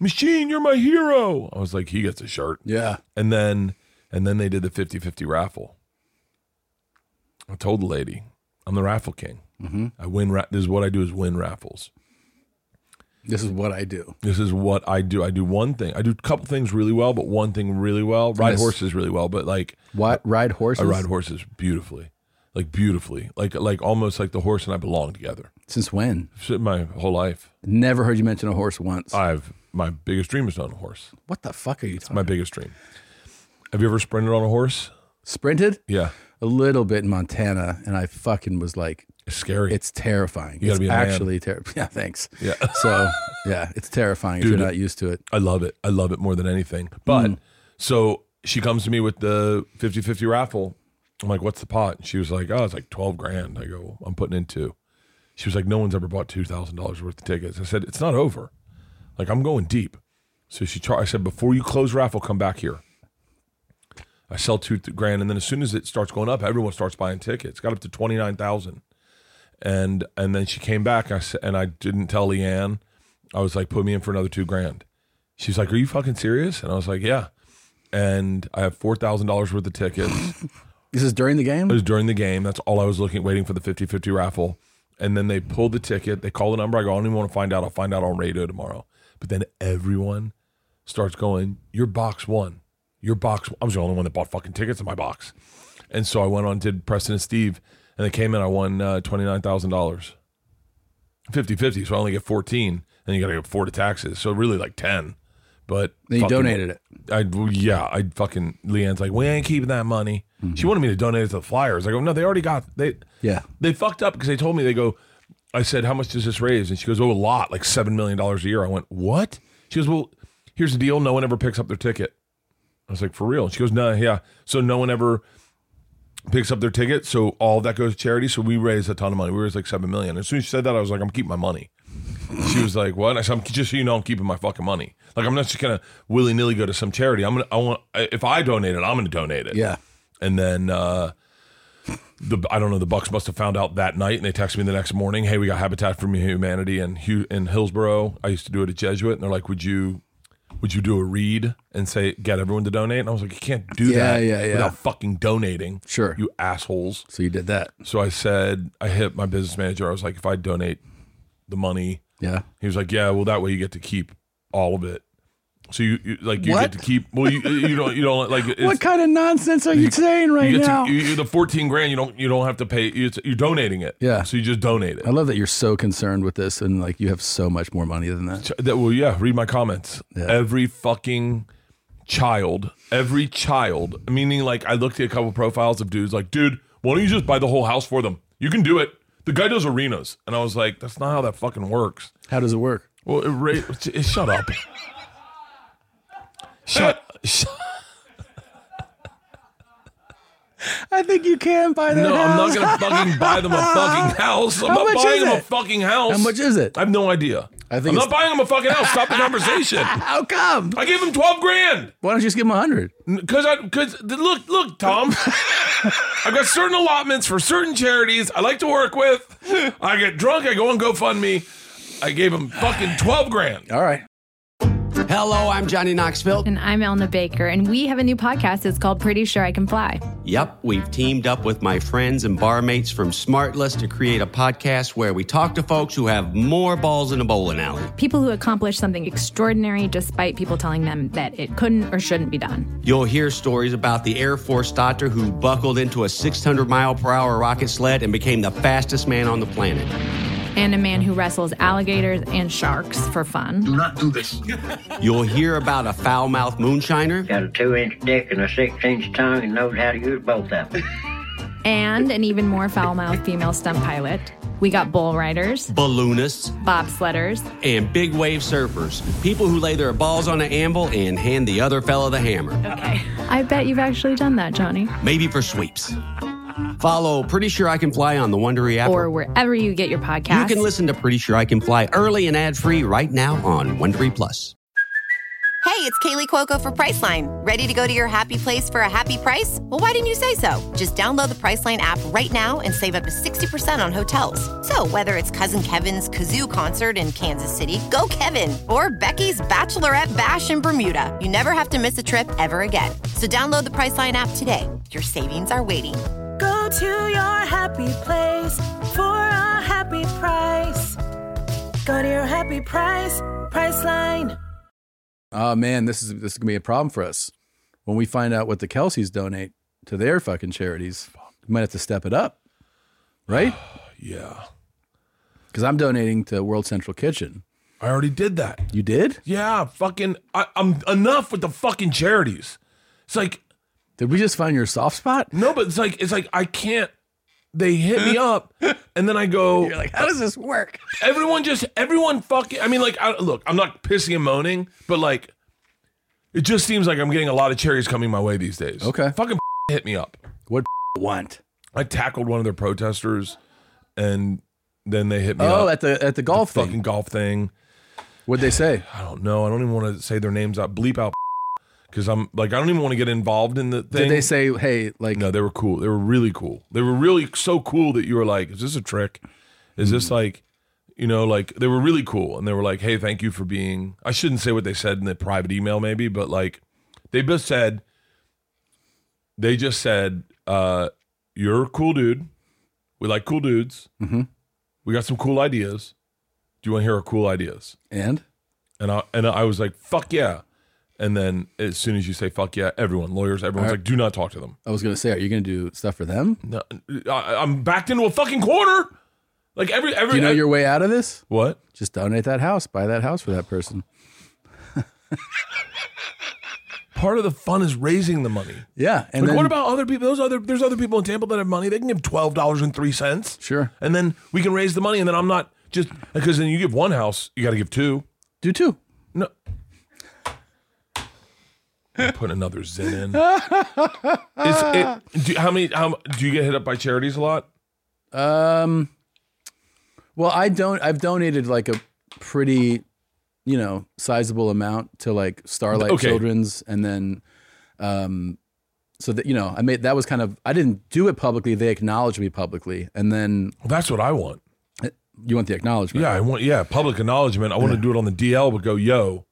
Speaker 11: machine, you're my hero. I was like, he gets a shirt.
Speaker 1: Yeah.
Speaker 11: And then and then they did the 50-50 raffle. I told the lady, I'm the raffle king. I win. Ra- this is what I do: is win raffles.
Speaker 1: This is what I do.
Speaker 11: This is what I do. I do one thing. I do a couple things really well, but one thing really well. Ride
Speaker 1: Yes.
Speaker 11: horses really well, but like
Speaker 1: What ride horses?
Speaker 11: I ride horses beautifully, like beautifully, like like almost like the horse and I belong together.
Speaker 1: Since when?
Speaker 11: So my whole life,
Speaker 1: Never heard you mention a horse once.
Speaker 11: I've my biggest dream is on a horse.
Speaker 1: what the fuck are you talking?
Speaker 11: My biggest dream. Have you ever sprinted on a horse?
Speaker 1: Sprinted
Speaker 11: Yeah,
Speaker 1: a little bit in Montana, and I fucking was like,
Speaker 11: it's scary.
Speaker 1: it's terrifying.
Speaker 11: You gotta
Speaker 1: it's
Speaker 11: be a man.
Speaker 1: actually terrifying. Yeah, thanks.
Speaker 11: Yeah.
Speaker 1: So yeah, it's terrifying if
Speaker 11: Dude.
Speaker 1: you're not used to it.
Speaker 11: I love it. I love it more than anything. But so she comes to me with the 50 50 raffle. I'm like, what's the pot? And she was like, oh, it's like 12 grand. I go, I'm putting in two. She was like, no one's ever bought $2,000 worth of tickets. I said, it's not over. Like, I'm going deep. So she, char- I said, before you close raffle, come back here. I sell two th- grand. And then as soon as it starts going up, everyone starts buying tickets. Got up to 29,000 and and then she came back. I said, and I didn't tell Leanne. I was like, put me in for another two grand. She's like, are you fucking serious? And I was like, yeah. And I have four thousand dollars worth of tickets.
Speaker 1: This is during the game.
Speaker 11: It was during the game. That's all I was looking, waiting for the 50-50 raffle. And then they pulled the ticket. They call the number. I go, I don't even want to find out. I'll find out on radio tomorrow. But then everyone starts going, your box won. Your box. I was the only one that bought fucking tickets in my box. And so I went on, did Preston and Steve, and they came in. I won uh, $29,000. 50 50. So I only get 14. And you got to get four to taxes. So really like 10. But
Speaker 1: Then you
Speaker 11: fucking-
Speaker 1: donated it.
Speaker 11: I well, yeah, I fucking Leanne's like, we ain't keeping that money. She wanted me to donate it to the Flyers. I go, no, they already got they
Speaker 1: Yeah.
Speaker 11: they fucked up because they told me they go. I said, how much does this raise? And she goes, oh, a lot, like seven million dollars a year. I went, what? She goes, well, here's the deal. No one ever picks up their ticket. I was like, for real? She goes, no, yeah. So no one ever picks up their ticket. So all that goes to charity. So we raised a ton of money. We raised like seven million. As soon as she said that, I was like, I'm keeping my money. She was like, "What?" And I said, I'm, "Just so you know, I'm keeping my fucking money. Like, I'm not just gonna willy nilly go to some charity. I'm gonna, I want, if I donate it, I'm gonna donate it."
Speaker 1: Yeah.
Speaker 11: And then, uh, the I don't know the Bucks must have found out that night, and they texted me the next morning. Hey, we got Habitat for Humanity in Hu- in Hillsboro. I used to do it at Jesuit, and they're like, would you would you do a read and say get everyone to donate? And I was like, you can't do
Speaker 1: Yeah,
Speaker 11: that
Speaker 1: yeah, yeah.
Speaker 11: without fucking donating.
Speaker 1: Sure.
Speaker 11: you assholes.
Speaker 1: So you did that.
Speaker 11: So I said, I hit my business manager. I was like, if I donate the money,
Speaker 1: Yeah.
Speaker 11: he was like, yeah, well, that way you get to keep all of it. So you, you like you
Speaker 1: What?
Speaker 11: get to keep. Well, you you don't you don't like it's,
Speaker 1: what kind of nonsense are you, saying right
Speaker 11: you get
Speaker 1: now?
Speaker 11: To, you, you- the fourteen grand, you don't you don't have to pay. You, you're donating it.
Speaker 1: Yeah.
Speaker 11: So you just donate it.
Speaker 1: I love that you're so concerned with this and like you have so much more money than that.
Speaker 11: That, well, yeah. Read my comments.
Speaker 1: Yeah.
Speaker 11: Every fucking child, every child. Meaning, like, I looked at a couple profiles of dudes. Like, dude, why don't you just buy the whole house for them? You can do it. The guy does arenas, and I was like, that's not how that fucking works.
Speaker 1: How does it work?
Speaker 11: Well, it ra- sh- shut up. Shut. shut
Speaker 1: I think you can buy that.
Speaker 11: no, I'm not
Speaker 1: house.
Speaker 11: gonna fucking buy them a fucking house. I'm
Speaker 1: How
Speaker 11: not
Speaker 1: much
Speaker 11: buying
Speaker 1: is
Speaker 11: them a
Speaker 1: it?
Speaker 11: fucking house.
Speaker 1: How much is it?
Speaker 11: I have no idea.
Speaker 1: I think it's-
Speaker 11: I'm not buying him a fucking house. Stop the conversation. I
Speaker 1: How come?
Speaker 11: gave him twelve grand
Speaker 1: Why don't you just give him a hundred?
Speaker 11: because I because look look Tom, I've got certain allotments for certain charities I like to work with. I get drunk. I go on GoFundMe. I gave him fucking twelve grand.
Speaker 1: All right.
Speaker 7: Hello, I'm Johnny Knoxville.
Speaker 9: And I'm Elna Baker, and we have a new podcast. It's called Pretty Sure I Can Fly.
Speaker 12: Yep, we've teamed up with my friends and barmates from Smartless to create a podcast where we talk to folks who have more balls in a bowling alley.
Speaker 9: People who accomplish something extraordinary despite people telling them that it couldn't or shouldn't be done.
Speaker 12: You'll hear stories about the Air Force doctor who buckled into a 600 mile per hour rocket sled and became the fastest man on the planet.
Speaker 9: And a man who wrestles alligators and sharks for fun.
Speaker 2: Not do this.
Speaker 12: You'll hear about a foul mouthed moonshiner
Speaker 10: Got a two inch dick and a six inch tongue and knows how to use both of them.
Speaker 9: And an even more foul mouthed female stunt pilot. We got bull riders,
Speaker 12: balloonists,
Speaker 9: bobsledders,
Speaker 12: and big wave surfers. People who lay their balls on an anvil and hand the other fella the hammer.
Speaker 9: I bet you've actually done that, Johnny.
Speaker 12: Maybe for sweeps. Follow Pretty Sure I Can Fly on the Wondery app.
Speaker 9: Or wherever you get your podcast.
Speaker 12: You can listen to Pretty Sure I Can Fly early and ad free right now on Wondery Plus.
Speaker 13: Hey, it's Kaylee Cuoco for Priceline. Ready to go to your happy place for a happy price? Well, why didn't you say so? Just download the Priceline app right now and save up to 60% on hotels. So, whether it's Cousin Kevin's Kazoo concert in Kansas City, go Kevin, or Becky's Bachelorette Bash in Bermuda, you never have to miss a trip ever again. So, download the Priceline app today. Your savings are waiting.
Speaker 4: Go to your happy place for a happy price. Go to your happy price, Priceline.
Speaker 1: Oh man, this is this is gonna be a problem for us when we find out what the Kelseys donate to their fucking charities. We might have to step it up, right?
Speaker 11: Yeah,
Speaker 1: Because I'm donating to World Central Kitchen.
Speaker 11: I already did that.
Speaker 1: You did?
Speaker 11: Yeah, fucking. I, I'm enough with the fucking charities. It's like
Speaker 1: Did we just find your soft spot?
Speaker 11: no, but it's like it's like I can't. They hit me up, and then I go.
Speaker 1: You're like, how does this work?
Speaker 11: everyone just everyone fucking. I mean, like, I, look, I'm not pissing and moaning, but like, it just seems like I'm getting a lot of charities coming my way these days.
Speaker 1: Okay.
Speaker 11: fucking hit me up.
Speaker 1: What want?
Speaker 11: I tackled one of their protesters, and then they hit me
Speaker 1: Oh,
Speaker 11: up.
Speaker 1: at the at the golf thing.
Speaker 11: fucking golf thing.
Speaker 1: What'd they say?
Speaker 11: I don't know. I don't even want to say their names out. Bleep out. Because I'm like, I don't even want to get involved in the thing.
Speaker 1: Did they say, hey, like
Speaker 11: No, they were cool. They were really cool. They were really so cool that you were like, is this a trick? Is this like, you know, like they were really cool. And they were like, hey, thank you for being. I shouldn't say what they said in the private email, maybe, but like they just said, they just said, uh, you're a cool dude. We like cool dudes. We got some cool ideas. Do you want to hear our cool ideas?
Speaker 1: and?
Speaker 11: And I and I was like, fuck yeah. And then as soon as you say fuck yeah, everyone, lawyers, everyone's like, do not talk to them.
Speaker 1: I was gonna say, are you gonna do stuff for them?
Speaker 11: No, I, I'm backed into a fucking corner. Like every every
Speaker 1: Do you know your way out of this?
Speaker 11: what?
Speaker 1: Just donate that house, buy that house for that person.
Speaker 11: Part of the fun is raising the money.
Speaker 1: Yeah, and
Speaker 11: like
Speaker 1: then,
Speaker 11: what about other people? Those other there's other people in Tampa that have money. They can give twelve dollars and three cents.
Speaker 1: Sure.
Speaker 11: and then we can raise the money, and then I'm not just because then you give one house, you got to give two.
Speaker 1: do two?
Speaker 11: No. I'm putting another zin in. Is it, do, how many? How do you get hit up by charities a lot?
Speaker 1: Um, well, I don't. I've donated like a pretty, you know, sizable amount to like Starlight
Speaker 11: Okay.
Speaker 1: Children's, and then, um, so that you know, I made that was kind of I didn't do it publicly. They acknowledged me publicly, and then
Speaker 11: that's what I want.
Speaker 1: You want the acknowledgement?
Speaker 11: Yeah, I want yeah public acknowledgement. I want to do it on the DL, but go yo,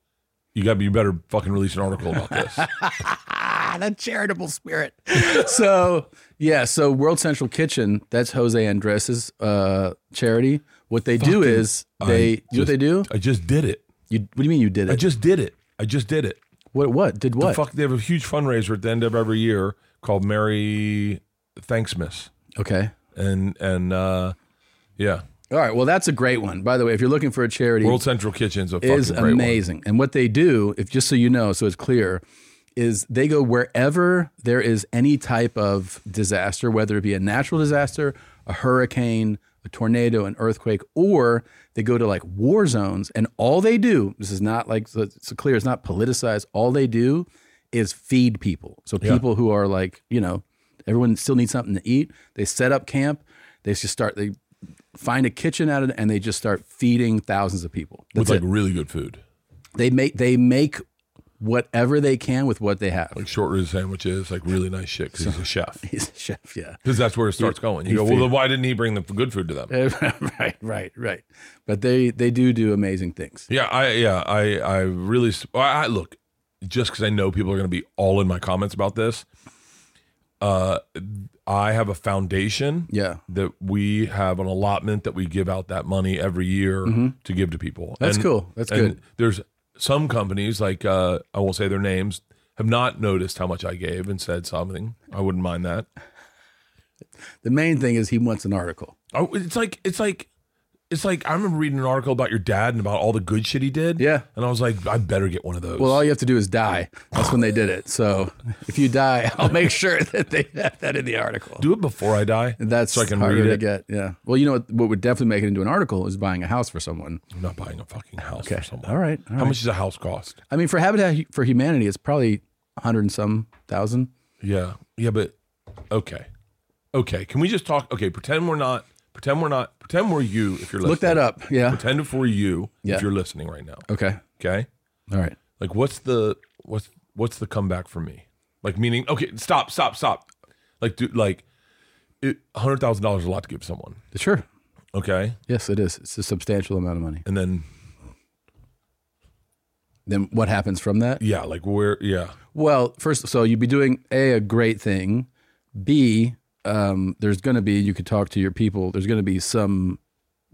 Speaker 11: you got to be better. Fucking release an article about this.
Speaker 1: Ah, that charitable spirit. so yeah, so World Central Kitchen, that's Jose Andres' uh, charity. What they do is they
Speaker 11: I
Speaker 1: do what they do.
Speaker 11: I just did it.
Speaker 1: You what do you mean you did it?
Speaker 11: I just did it. I just did it.
Speaker 1: What what did what?
Speaker 11: The fuck, they have a huge fundraiser at the end of every year called Merry Thanksmas.
Speaker 1: Okay.
Speaker 11: And and uh yeah,
Speaker 1: All right, well that's a great one. By the way, if you're looking for a charity,
Speaker 11: World Central Kitchen's a fucking
Speaker 1: is
Speaker 11: great
Speaker 1: amazing. And what they do, if just so you know, so it's clear, is they go wherever there is any type of disaster, whether it be a natural disaster, a hurricane, a tornado, an earthquake, or they go to like war zones. And all they do, this is not like so it's clear, it's not politicized. All they do is feed people. So
Speaker 11: Yeah.
Speaker 1: people who are like, you know, everyone still needs something to eat. They set up camp. They just start. They find a kitchen out of it, and they just start feeding thousands of people
Speaker 11: With
Speaker 1: That's
Speaker 11: like
Speaker 1: it.
Speaker 11: really good food.
Speaker 1: They make they make whatever they can with what they have.
Speaker 11: Like short rib sandwiches, like really nice shit because he's a chef.
Speaker 1: He's a chef, yeah.
Speaker 11: Because that's where it starts
Speaker 1: He-
Speaker 11: going.
Speaker 1: he
Speaker 11: You go, well,
Speaker 1: feed-
Speaker 11: then why didn't he bring the good food to them?
Speaker 1: right, right, right. But they they do do amazing things.
Speaker 11: Yeah, I yeah, I I really s- I, I- look just because I know people are going to be all in my comments about this. Uh, I have a foundation.
Speaker 1: Yeah.
Speaker 11: that we have an allotment that we give out that money every year
Speaker 1: Mhm.
Speaker 11: to give to people.
Speaker 1: That's cool. That's
Speaker 11: and
Speaker 1: good.
Speaker 11: There's some companies like uh, I won't say their names have not noticed how much I gave and said something. I wouldn't mind that.
Speaker 1: The main thing is he wants an article.
Speaker 11: Oh, it's like it's like it's like I remember reading an article about your dad and about all the good shit he did. Yeah, and I was like, I better get one of those.
Speaker 1: Well, all you have to do is die. That's when they did it. So if you die, I'll make sure that they have that in the article.
Speaker 11: Do it before I die.
Speaker 1: That's
Speaker 11: so I can
Speaker 1: harder
Speaker 11: read
Speaker 1: to
Speaker 11: it.
Speaker 1: get. Yeah. Well, you know what, what would definitely make it into an article is buying a house for someone.
Speaker 11: I'm not buying a fucking house for someone.
Speaker 1: All right. all
Speaker 11: How
Speaker 1: right.
Speaker 11: much does a house cost?
Speaker 1: I mean, for Habitat for Humanity, it's probably a hundred and some thousand.
Speaker 11: Yeah. Yeah, but okay. Okay. Can we just talk? Okay. Pretend we're not. Pretend we're not. Pretend we're you if you're listening.
Speaker 1: Look that up. Yeah.
Speaker 11: Pretend if we're you
Speaker 1: Yeah.
Speaker 11: if you're listening right now.
Speaker 1: Okay.
Speaker 11: Okay.
Speaker 1: All right.
Speaker 11: Like, what's the what's what's the comeback for me? Like, meaning, okay, stop, stop, stop. Like, do like, hundred thousand dollars is a lot to give someone.
Speaker 1: Sure.
Speaker 11: Okay.
Speaker 1: Yes, it is. It's a substantial amount of money.
Speaker 11: And then
Speaker 1: Then what happens from that?
Speaker 11: Yeah, like where? Yeah.
Speaker 1: Well, first, so you'd be doing a a great thing. B, um, there's going to be you could talk to your people. There's going to be some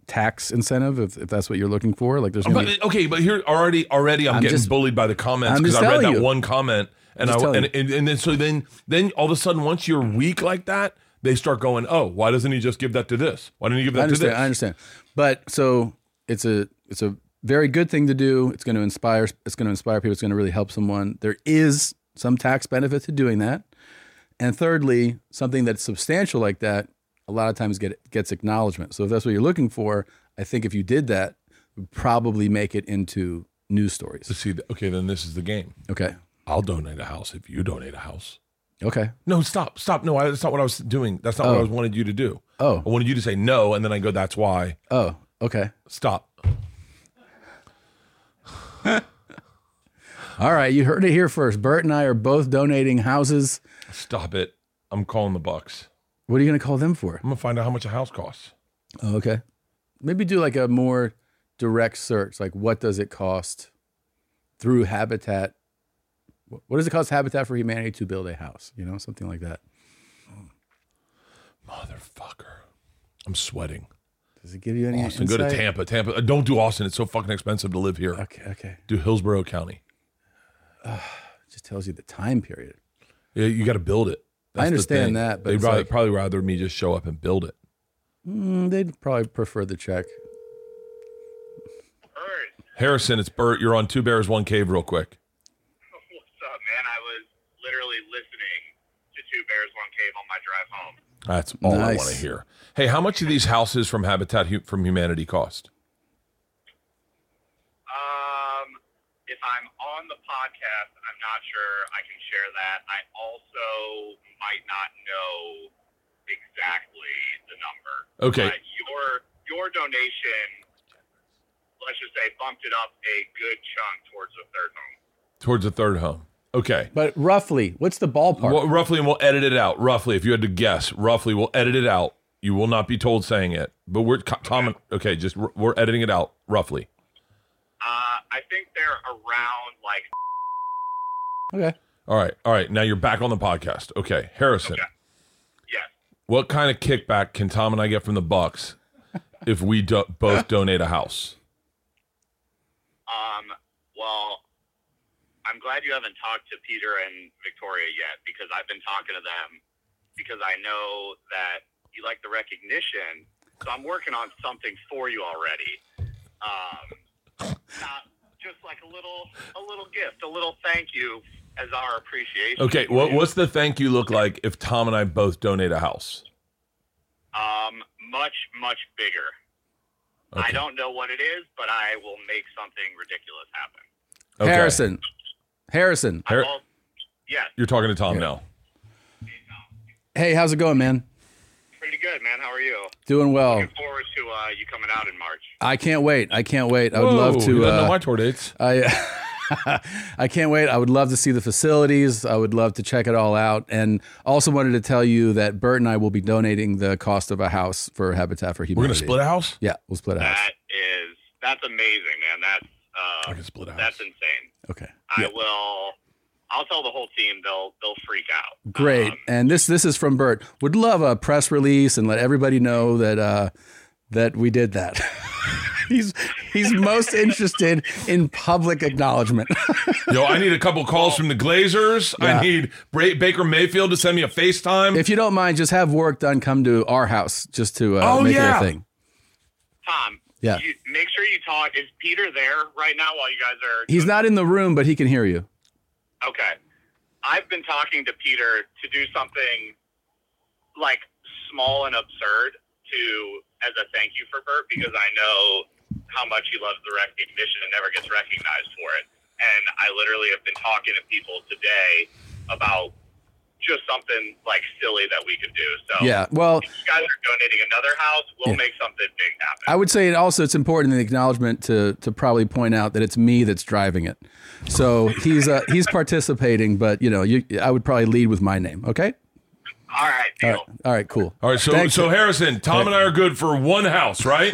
Speaker 1: tax incentive if, if that's what you're looking for. Like there's gonna
Speaker 11: But,
Speaker 1: be,
Speaker 11: okay, but here already, already, I'm,
Speaker 1: I'm
Speaker 11: getting
Speaker 1: just-
Speaker 11: bullied by the comments
Speaker 1: I'm
Speaker 11: because
Speaker 1: just
Speaker 11: I read
Speaker 1: telling
Speaker 11: that
Speaker 1: you.
Speaker 11: one comment, and I
Speaker 1: just telling
Speaker 11: and,
Speaker 1: you.
Speaker 11: and and then so then then all of a sudden, once you're weak like that, they start going, oh, why doesn't he just give that to this? Why didn't he give
Speaker 1: I
Speaker 11: that to
Speaker 1: understand.
Speaker 11: this?
Speaker 1: I understand. But so it's a it's a very good thing to do. It's going to inspire. It's going to inspire people. It's going to really help someone. There is some tax benefit to doing that. And thirdly, something that's substantial like that, a lot of times get gets acknowledgement. So if that's what you're looking for, I think if you did that, it would probably make it into news stories.
Speaker 11: See, th- okay, then this is the game.
Speaker 1: Okay.
Speaker 11: I'll donate a house if you donate a house.
Speaker 1: Okay.
Speaker 11: No, stop, stop. No, I, that's not what I was doing. That's not what I
Speaker 1: Oh.
Speaker 11: was wanted you to do.
Speaker 1: Oh.
Speaker 11: I wanted you to say no, and then I go, that's why.
Speaker 1: Oh. Okay.
Speaker 11: Stop.
Speaker 1: All right. You heard it here first. Bert and I are both donating houses.
Speaker 11: Stop it. I'm calling the Bucks.
Speaker 1: What are you going to call them for?
Speaker 11: I'm gonna find out how much a house costs.
Speaker 1: Oh, okay. Maybe do like a more direct search, like what does it cost through Habitat? wh- What does it cost Habitat for Humanity to build a house? You know, something like that.
Speaker 11: Motherfucker. I'm sweating.
Speaker 1: Does it give you any
Speaker 11: Austin, go to
Speaker 1: insight?
Speaker 11: Tampa. Tampa. uh, Don't do Austin. It's so fucking expensive to live here.
Speaker 1: Okay, okay.
Speaker 11: Do Hillsborough County.
Speaker 1: It just tells you the time period.
Speaker 11: Yeah, you got to build it.
Speaker 1: I understand that, but
Speaker 11: they'd
Speaker 1: it's
Speaker 11: rather,
Speaker 1: like-
Speaker 11: probably rather me just show up and build it.
Speaker 1: Mm, they'd probably prefer the check.
Speaker 11: Harrison, it's Bert. You're on Two Bears, One Cave, real quick.
Speaker 14: What's up, man? I was literally listening to Two Bears, One Cave on my drive home.
Speaker 11: That's all I
Speaker 1: Nice.
Speaker 11: want to hear. Hey, how much do these houses from Habitat Hu- from Humanity cost?
Speaker 14: Um, if I'm on the podcast, I'm not sure I can share that. I also might not know exactly the number.
Speaker 11: Okay.
Speaker 14: But your your donation, let's just say, bumped it up a good chunk towards the third home.
Speaker 11: Towards a third home. Okay.
Speaker 1: But roughly, what's the ballpark?
Speaker 11: Well, roughly, and we'll edit it out. Roughly, if you had to guess, roughly, we'll edit it out. You will not be told saying it, but we're co- common. Okay, just r- we're editing it out roughly.
Speaker 14: Uh, I think they're around like
Speaker 1: Okay.
Speaker 11: All right, all right. Now you're back on the podcast. Okay, Harrison.
Speaker 14: Yes.
Speaker 11: What kind of kickback can Tom and I get from the Bucks if we do- both donate a house?
Speaker 14: Um, well, I'm glad you haven't talked to Peter and Victoria yet because I've been talking to them because I know that you like the recognition. So I'm working on something for you already. Um, not just like a little, a little gift, a little thank you as our appreciation.
Speaker 11: Okay,
Speaker 14: for
Speaker 11: what
Speaker 14: you.
Speaker 11: what's the thank you look like if Tom and I both donate a house?
Speaker 14: Um, much, much bigger. I don't know what it is, but I will make something ridiculous happen.
Speaker 11: Okay.
Speaker 1: Harrison. Harrison.
Speaker 11: Har-
Speaker 14: Yeah,
Speaker 11: you're talking to Tom now.
Speaker 1: Hey, how's it going, man?
Speaker 14: pretty good, man. How are you?
Speaker 1: Doing well.
Speaker 14: Looking forward to uh, you coming out in March.
Speaker 1: I can't wait. I can't wait. I would
Speaker 11: Whoa,
Speaker 1: love
Speaker 11: he
Speaker 1: to.
Speaker 11: doesn't know
Speaker 1: Uh,
Speaker 11: my tour dates.
Speaker 1: I, I can't wait. I would love to see the facilities. I would love to check it all out. And also wanted to tell you that Bert and I will be donating the cost of a house for Habitat for Humanity.
Speaker 11: gonna split a house?
Speaker 1: Yeah, we'll split a house.
Speaker 14: That is that's amazing, man. That's uh, I can
Speaker 11: split
Speaker 14: That's insane.
Speaker 1: Okay.
Speaker 14: I will. I'll tell the whole team. They'll they'll freak out. Uh,
Speaker 1: Great.
Speaker 11: um,
Speaker 1: and this this is from Bert. Would love a press release and let everybody know that uh, that we did that. he's he's most interested in public acknowledgement.
Speaker 11: Yo, I need a couple calls from the Glazers.
Speaker 1: Yeah.
Speaker 11: I need Bra- Baker Mayfield to send me a FaceTime.
Speaker 1: if you don't mind, just have work done. Come to our house just to uh,
Speaker 11: Oh,
Speaker 1: make
Speaker 11: yeah.
Speaker 1: it a thing.
Speaker 14: Tom.
Speaker 1: Yeah.
Speaker 14: You, make sure you talk. Is Peter there right now while you guys are?
Speaker 1: He's not in the room, but he can hear you.
Speaker 14: Okay. I've been talking to Peter to do something like small and absurd to as a thank you for Bert because I know how much he loves the recognition and never gets recognized for it. And I literally have been talking to people today about just something like silly that we could do.
Speaker 11: Oh.
Speaker 14: So
Speaker 1: Yeah. Well,
Speaker 14: if you guys are donating another house, we'll
Speaker 1: Yeah.
Speaker 14: make something big happen.
Speaker 1: I would say it also it's important in the acknowledgement to to probably point out that it's me that's driving it. So he's uh, he's participating, but you know, you I would probably lead with my name. Okay.
Speaker 14: All right.
Speaker 1: All right. All right. Cool.
Speaker 11: All right, so
Speaker 1: Thanks.
Speaker 11: so Harrison, Tom and I are good for one house, right?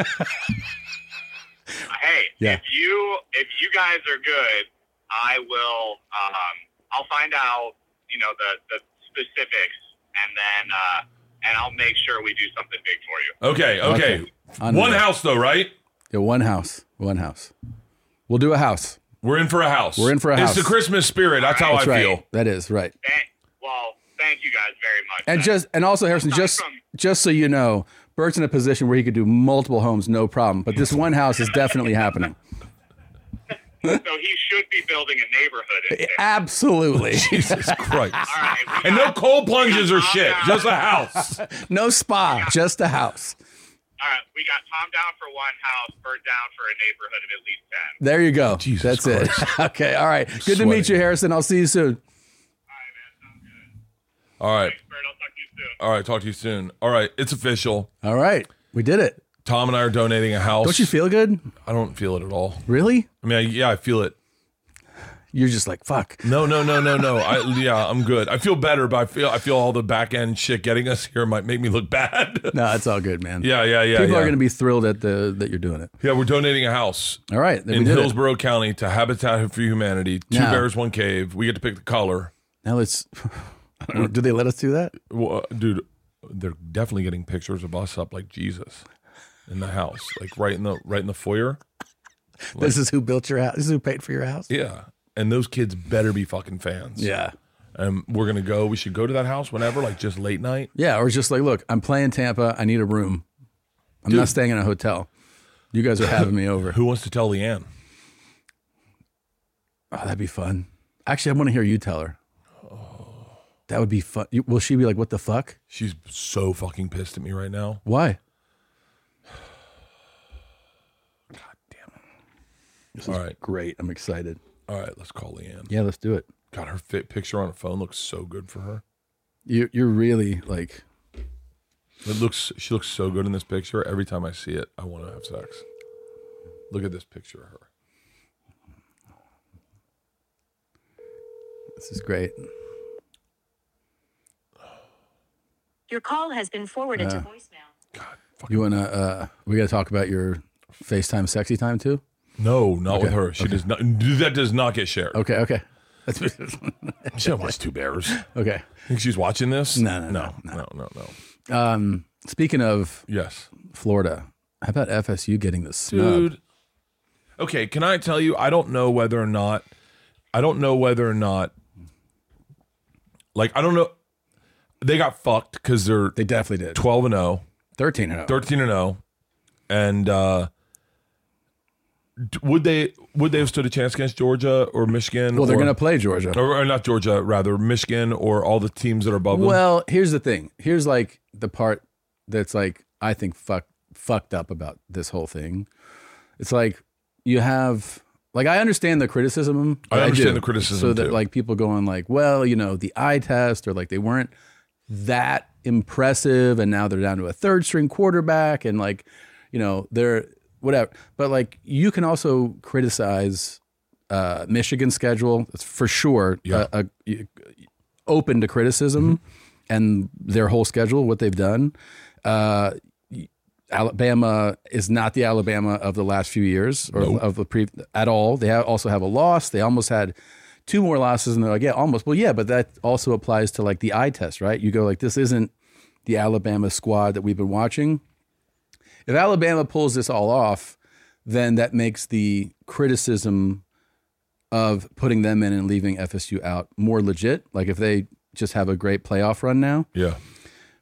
Speaker 14: Hey,
Speaker 11: Yeah.
Speaker 14: if you if you guys are good, I will. Um, I'll find out. You know the the specifics, and then uh, and I'll make sure we do something big for you.
Speaker 11: Okay, okay.
Speaker 1: Okay. On
Speaker 11: One
Speaker 1: to that.
Speaker 11: house though, right?
Speaker 1: Yeah, one house. One house. We'll do a house.
Speaker 11: We're in for a house.
Speaker 1: We're in for a house.
Speaker 11: It's the Christmas spirit. That's how
Speaker 1: That's
Speaker 11: I
Speaker 1: right.
Speaker 11: feel.
Speaker 1: That is right.
Speaker 14: Well, thank you guys very much.
Speaker 1: And just and also Harrison, just just so you know, Bert's in a position where he could do multiple homes, no problem. But this one house is definitely happening.
Speaker 14: so he should be building a neighborhood. In there.
Speaker 1: Absolutely.
Speaker 11: Jesus Christ. and no cold plunges or shit. Just a house.
Speaker 1: no spa, just a house.
Speaker 14: All right, we got Tom down for one house, Bird down for a neighborhood of at least ten.
Speaker 1: There you go. That's it. okay. All right. Good to meet you, Harrison. I'll see you soon.
Speaker 11: All right. All right, talk to you soon. All right, it's official.
Speaker 1: All right. We did it.
Speaker 11: Tom and I are donating a house.
Speaker 1: Don't you feel good?
Speaker 11: I don't feel it at all.
Speaker 1: Really?
Speaker 11: I mean, I, yeah, I feel it.
Speaker 1: You're just like fuck.
Speaker 11: No, no, no, no, no. I yeah, I'm good. I feel better, but I feel I feel all the back end shit getting us here might make me look bad.
Speaker 1: No, it's all good, man.
Speaker 11: Yeah, yeah, yeah,
Speaker 1: People are
Speaker 11: yeah.
Speaker 1: going to be thrilled at the that you're doing it.
Speaker 11: Yeah, we're donating a house.
Speaker 1: All right, then we
Speaker 11: in
Speaker 1: did it.
Speaker 11: Hillsborough County to Habitat for Humanity. Two
Speaker 1: Now-
Speaker 11: bears, one cave. We get to pick the color.
Speaker 1: Now let's. I don't know, do they let us do that?
Speaker 11: Well, uh, dude, they're definitely getting pictures of us up like Jesus in the house, like right in the right in the foyer.
Speaker 1: this is who built your house. This is who paid for your house.
Speaker 11: Yeah, and those kids better be fucking fans.
Speaker 1: Yeah.
Speaker 11: Um, we're gonna go. We should go to that house whenever, like just late night.
Speaker 1: Yeah, or just like, look, I'm playing Tampa. I need a room. I'm
Speaker 11: Dude.
Speaker 1: not staying in a hotel. You guys are having me over.
Speaker 11: Who wants to tell Leanne?
Speaker 1: Oh, that'd be fun. Actually, I want to hear you tell her. That would be fun. You- Will she be like, what the fuck?
Speaker 11: She's so fucking pissed at me right now.
Speaker 1: Why?
Speaker 11: This All right,
Speaker 1: great. I'm excited.
Speaker 11: All right, let's call Leanne.
Speaker 1: Yeah, let's do it.
Speaker 11: God, her fit picture on her phone looks so good for her.
Speaker 1: You, you're really like,
Speaker 11: It looks. She looks so good in this picture. Every time I see it, I want to have sex. Look at this picture of her.
Speaker 1: This is great.
Speaker 15: Your call has been forwarded
Speaker 1: Yeah.
Speaker 15: to voicemail.
Speaker 1: You wanna? Uh, we gotta talk about your FaceTime sexy time too.
Speaker 11: No, not with
Speaker 1: Okay,
Speaker 11: her. She
Speaker 1: okay.
Speaker 11: does not. That does not get shared.
Speaker 1: Okay, okay. That's
Speaker 11: she don't watch Two Bears.
Speaker 1: Okay.
Speaker 11: Think she's watching this?
Speaker 1: No, no,
Speaker 11: no, no, no, no.
Speaker 1: Um, speaking of
Speaker 11: yes,
Speaker 1: Florida. How about FSU getting the snub?
Speaker 11: dude. Okay, can I tell you? I don't know whether or not. I don't know whether or not. Like I don't know. They got fucked because they're
Speaker 1: they definitely did
Speaker 11: twelve and 0.
Speaker 1: 13 and oh. 0.
Speaker 11: 13 and 0. And uh, d- would they would they have stood a chance against Georgia or Michigan?
Speaker 1: Well, they're
Speaker 11: or-
Speaker 1: gonna play Georgia.
Speaker 11: or, or not Georgia, rather Michigan or all the teams that are above them.
Speaker 1: Well, here's the thing. Here's like the part that's like I think fuck fucked up about this whole thing. It's like you have like I understand the criticism.
Speaker 11: I understand
Speaker 1: do.
Speaker 11: the criticism,
Speaker 1: So that
Speaker 11: too.
Speaker 1: like people going like, well, you know, the eye test or like they weren't that impressive and now they're down to a third string quarterback and like, you know, they're whatever. But like you can also criticize uh Michigan's schedule. It's for sure
Speaker 11: Yeah.
Speaker 1: a, a- open to criticism
Speaker 11: Mm-hmm.
Speaker 1: and their whole schedule, what they've done. Uh, Alabama is not the Alabama of the last few years or
Speaker 11: Nope.
Speaker 1: of the pre at all. They ha- also have a loss. They almost had two more losses, and they're like, yeah, almost. Well, yeah, but that also applies to like the eye test, right? You go like, this isn't the Alabama squad that we've been watching. If Alabama pulls this all off, then that makes the criticism of putting them in and leaving FSU out more legit. Like if they just have a great playoff run now.
Speaker 11: Yeah.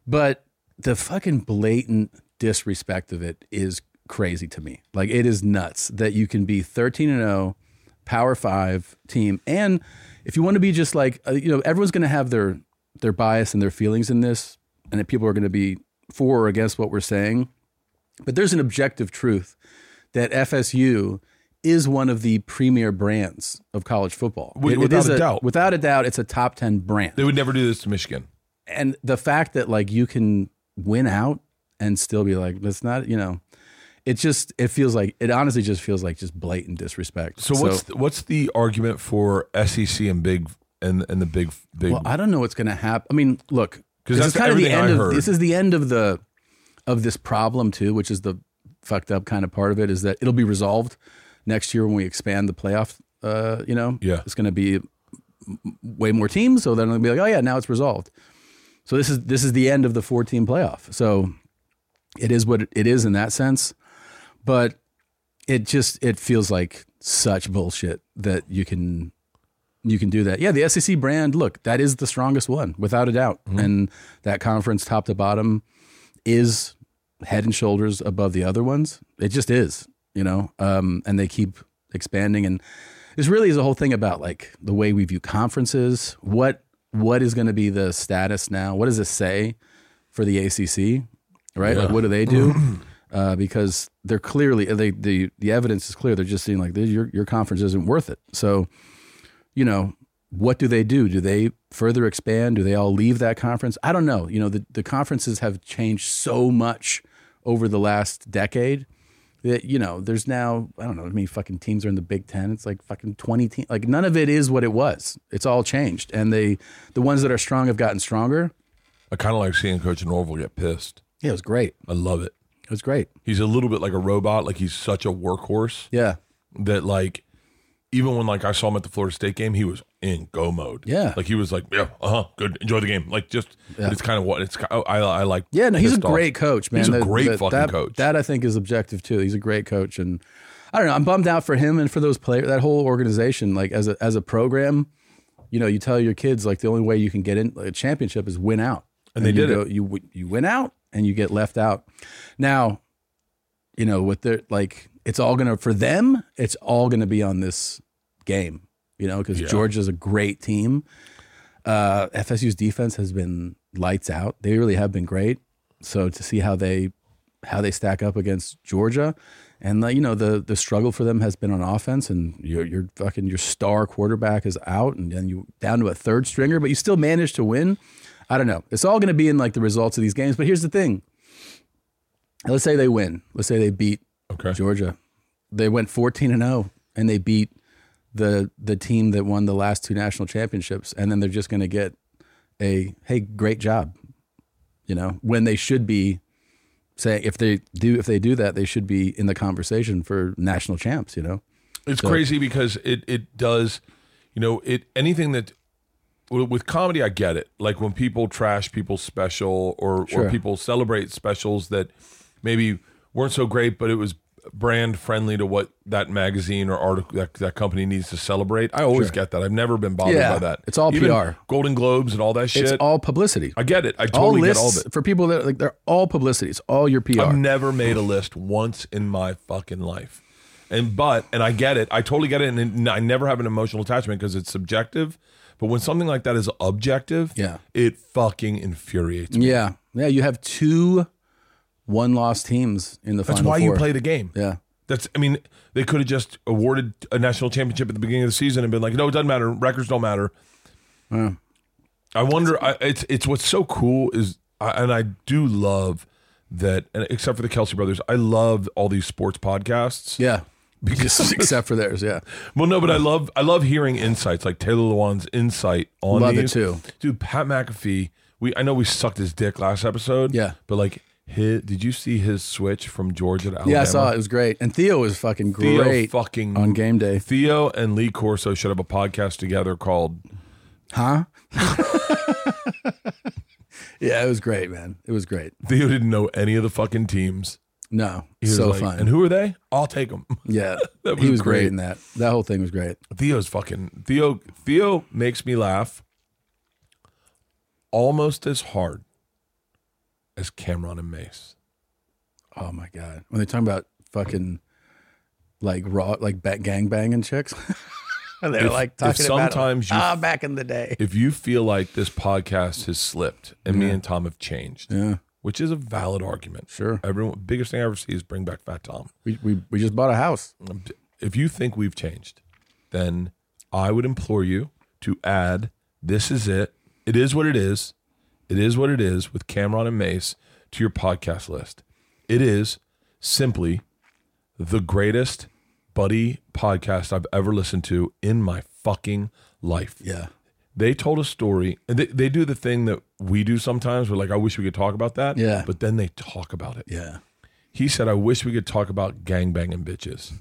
Speaker 1: But the fucking blatant disrespect of it is crazy to me. Like it is nuts that you can be 13 and 0 power 5 team and if you want to be just like uh, you know everyone's going to have their their bias and their feelings in this and that people are going to be for or against what we're saying. But there's an objective truth that FSU is one of the premier brands of college football.
Speaker 11: Wi- without
Speaker 1: is
Speaker 11: a doubt.
Speaker 1: Without a doubt, it's a top 10 brand.
Speaker 11: They would never do this to Michigan.
Speaker 1: And the fact that like you can win out and still be like, that's not, you know, it just, it feels like, it honestly just feels like just blatant disrespect.
Speaker 11: So what's th- what's the argument for SEC and big and and the big big?
Speaker 1: Well, I don't know what's going to happen. I mean, look,
Speaker 11: 'Cause
Speaker 1: this
Speaker 11: that's
Speaker 1: is kind of the
Speaker 11: everything I
Speaker 1: end of
Speaker 11: heard.
Speaker 1: this is the end of the of this problem too, which is the fucked up kind of part of it is that it'll be resolved next year when we expand the playoff. Uh, you know,
Speaker 11: Yeah.
Speaker 1: it's going to be m- way more teams, so then it'll be like, oh yeah, now it's resolved. So this is this is the end of the four team playoff. So it is what it is in that sense, but it just it feels like such bullshit that you can you can do that. Yeah, the SEC brand, look, that is the strongest one without a doubt. And that conference top to bottom is head and shoulders above the other ones. It just is, you know. Um and they keep expanding and this really is a whole thing about like the way we view conferences, what what is going to be the status now? What does this say for the ACC? Right? Like
Speaker 11: Yeah.
Speaker 1: what do they do? uh, because they're clearly they, the the evidence is clear. They're just seeing like your your conference isn't worth it. So, you know, what do they do? Do they further expand? Do they all leave that conference? I don't know. You know, the the conferences have changed so much over the last decade that you know there's now I don't know how many fucking teams are in the Big Ten. It's like fucking twenty teams. Like none of it is what it was. It's all changed, and they the ones that are strong have gotten stronger.
Speaker 11: I kind of like seeing Coach Norville get pissed.
Speaker 1: Yeah, it was great.
Speaker 11: I love it.
Speaker 1: It was great.
Speaker 11: He's a little bit like a robot. Like he's such a workhorse.
Speaker 1: Yeah.
Speaker 11: That like, even when like I saw him at the Florida State game, he was in go mode.
Speaker 1: Yeah.
Speaker 11: Like he was like, yeah, uh huh, good, enjoy the game. Like just,
Speaker 1: Yeah.
Speaker 11: it's kind of what it's. ki- Oh, I I like.
Speaker 1: Yeah, no, he's a
Speaker 11: pissed off.
Speaker 1: great coach, man.
Speaker 11: He's a
Speaker 1: That-
Speaker 11: great
Speaker 1: that-
Speaker 11: fucking
Speaker 1: that-
Speaker 11: coach.
Speaker 1: That I think is objective too. He's a great coach, and I don't know. I'm bummed out for him and for those players, that whole organization. Like as a as a program, you know, you tell your kids like the only way you can get in like, a championship is win out,
Speaker 11: And they
Speaker 1: you
Speaker 11: did it.
Speaker 1: go- You w- you win out, and you get left out. Now, you know, with their like, it's all gonna for them. It's all gonna be on this game, you know, because
Speaker 11: Yeah.
Speaker 1: Georgia's a great team. Uh, FSU's defense has been lights out. They really have been great. So to see how they how they stack up against Georgia, and like you know the the struggle for them has been on offense, and your your fucking your star quarterback is out, and then you down to a third stringer, but you still manage to win. I don't know. It's all going to be in like the results of these games. But here's the thing: let's say they win. Let's say oh, they beat Georgia. They went 14 and 0 and they beat the the team that won the last two national championships, and then they're just going to get a hey, great job, you know, when they should be saying if they do if they do that, they should be in the conversation for national champs, you know.
Speaker 11: It's
Speaker 1: So-
Speaker 11: crazy because it it does, you know, it anything that w- with comedy I get it. Like when people trash people's special or
Speaker 1: Sure.
Speaker 11: or people celebrate specials that maybe weren't so great, but it was brand friendly to what that magazine or article that, that company needs to celebrate. I always
Speaker 1: Sure.
Speaker 11: get that. I've never been bothered
Speaker 1: Yeah.
Speaker 11: by that.
Speaker 1: It's all
Speaker 11: Even
Speaker 1: PR.
Speaker 11: Golden Globes and all that shit.
Speaker 1: It's all publicity.
Speaker 11: I get it. I totally
Speaker 1: all
Speaker 11: get all
Speaker 1: lists
Speaker 11: of it.
Speaker 1: for people that like they're all publicity. It's all your PR.
Speaker 11: I've never made a list once in my fucking life. And but and I get it. I totally get it. And, and I never have an emotional attachment because it's subjective. But when something like that is objective, yeah, it fucking infuriates me.
Speaker 1: Yeah, yeah. You have two one-loss teams in the
Speaker 11: That's
Speaker 1: final.
Speaker 11: why you
Speaker 1: four.
Speaker 11: play the game.
Speaker 1: Yeah.
Speaker 11: That's I mean, they could have just awarded a national championship at the beginning of the season and been like, no, it doesn't matter. Records don't matter. I wonder. I, it's it's what's so cool is, I, and I do love that. And except for the Kelsey brothers, I love all these sports podcasts.
Speaker 1: Yeah, because except for theirs, yeah.
Speaker 11: Well, no, but I love I love hearing insights like Taylor Lewan's insight on
Speaker 1: Love it
Speaker 11: these.
Speaker 1: too.
Speaker 11: dude. Pat McAfee. We I know we sucked his dick last episode. Yeah, but like, his, did you see his switch from Georgia to Alabama?
Speaker 1: Yeah, I saw it. It was great, and Theo was fucking
Speaker 11: Theo
Speaker 1: great.
Speaker 11: fucking
Speaker 1: on game day.
Speaker 11: Theo and Lee Corso should have a podcast together called
Speaker 1: Huh? yeah, it was great, man. It was great.
Speaker 11: Theo didn't know any of the fucking teams.
Speaker 1: No,
Speaker 11: He was
Speaker 1: so
Speaker 11: like,
Speaker 1: fun.
Speaker 11: And who are they? I'll take them.
Speaker 1: Yeah,
Speaker 11: That
Speaker 1: he
Speaker 11: was
Speaker 1: was great.
Speaker 11: great.
Speaker 1: in that. That whole thing was great.
Speaker 11: Theo's fucking Theo. Theo makes me laugh almost as hard as Cameron and Mace.
Speaker 1: Oh my god, when they talk about fucking like raw, like bat gang banging chicks, and they're
Speaker 11: If-
Speaker 1: like
Speaker 11: if
Speaker 1: talking about
Speaker 11: sometimes you-
Speaker 1: ah back in the day.
Speaker 11: If you feel like this podcast has slipped and me
Speaker 1: Yeah.
Speaker 11: and Tom have changed,
Speaker 1: Yeah.
Speaker 11: which is a valid argument.
Speaker 1: Sure.
Speaker 11: Everyone, biggest thing I ever see is bring back Fat Tom.
Speaker 1: We, we, we just bought a house.
Speaker 11: If you think we've changed, then I would implore you to add this is it. It is what it is. It is what it is with Cameron and Mace to your podcast list. It is simply the greatest buddy podcast I've ever listened to in my fucking life.
Speaker 1: Yeah.
Speaker 11: They told a story and they, they do the thing that we do sometimes. We're like, I wish we could talk about that.
Speaker 1: Yeah.
Speaker 11: But then they talk about it.
Speaker 1: Yeah.
Speaker 11: He said, I wish we could talk about gangbanging bitches.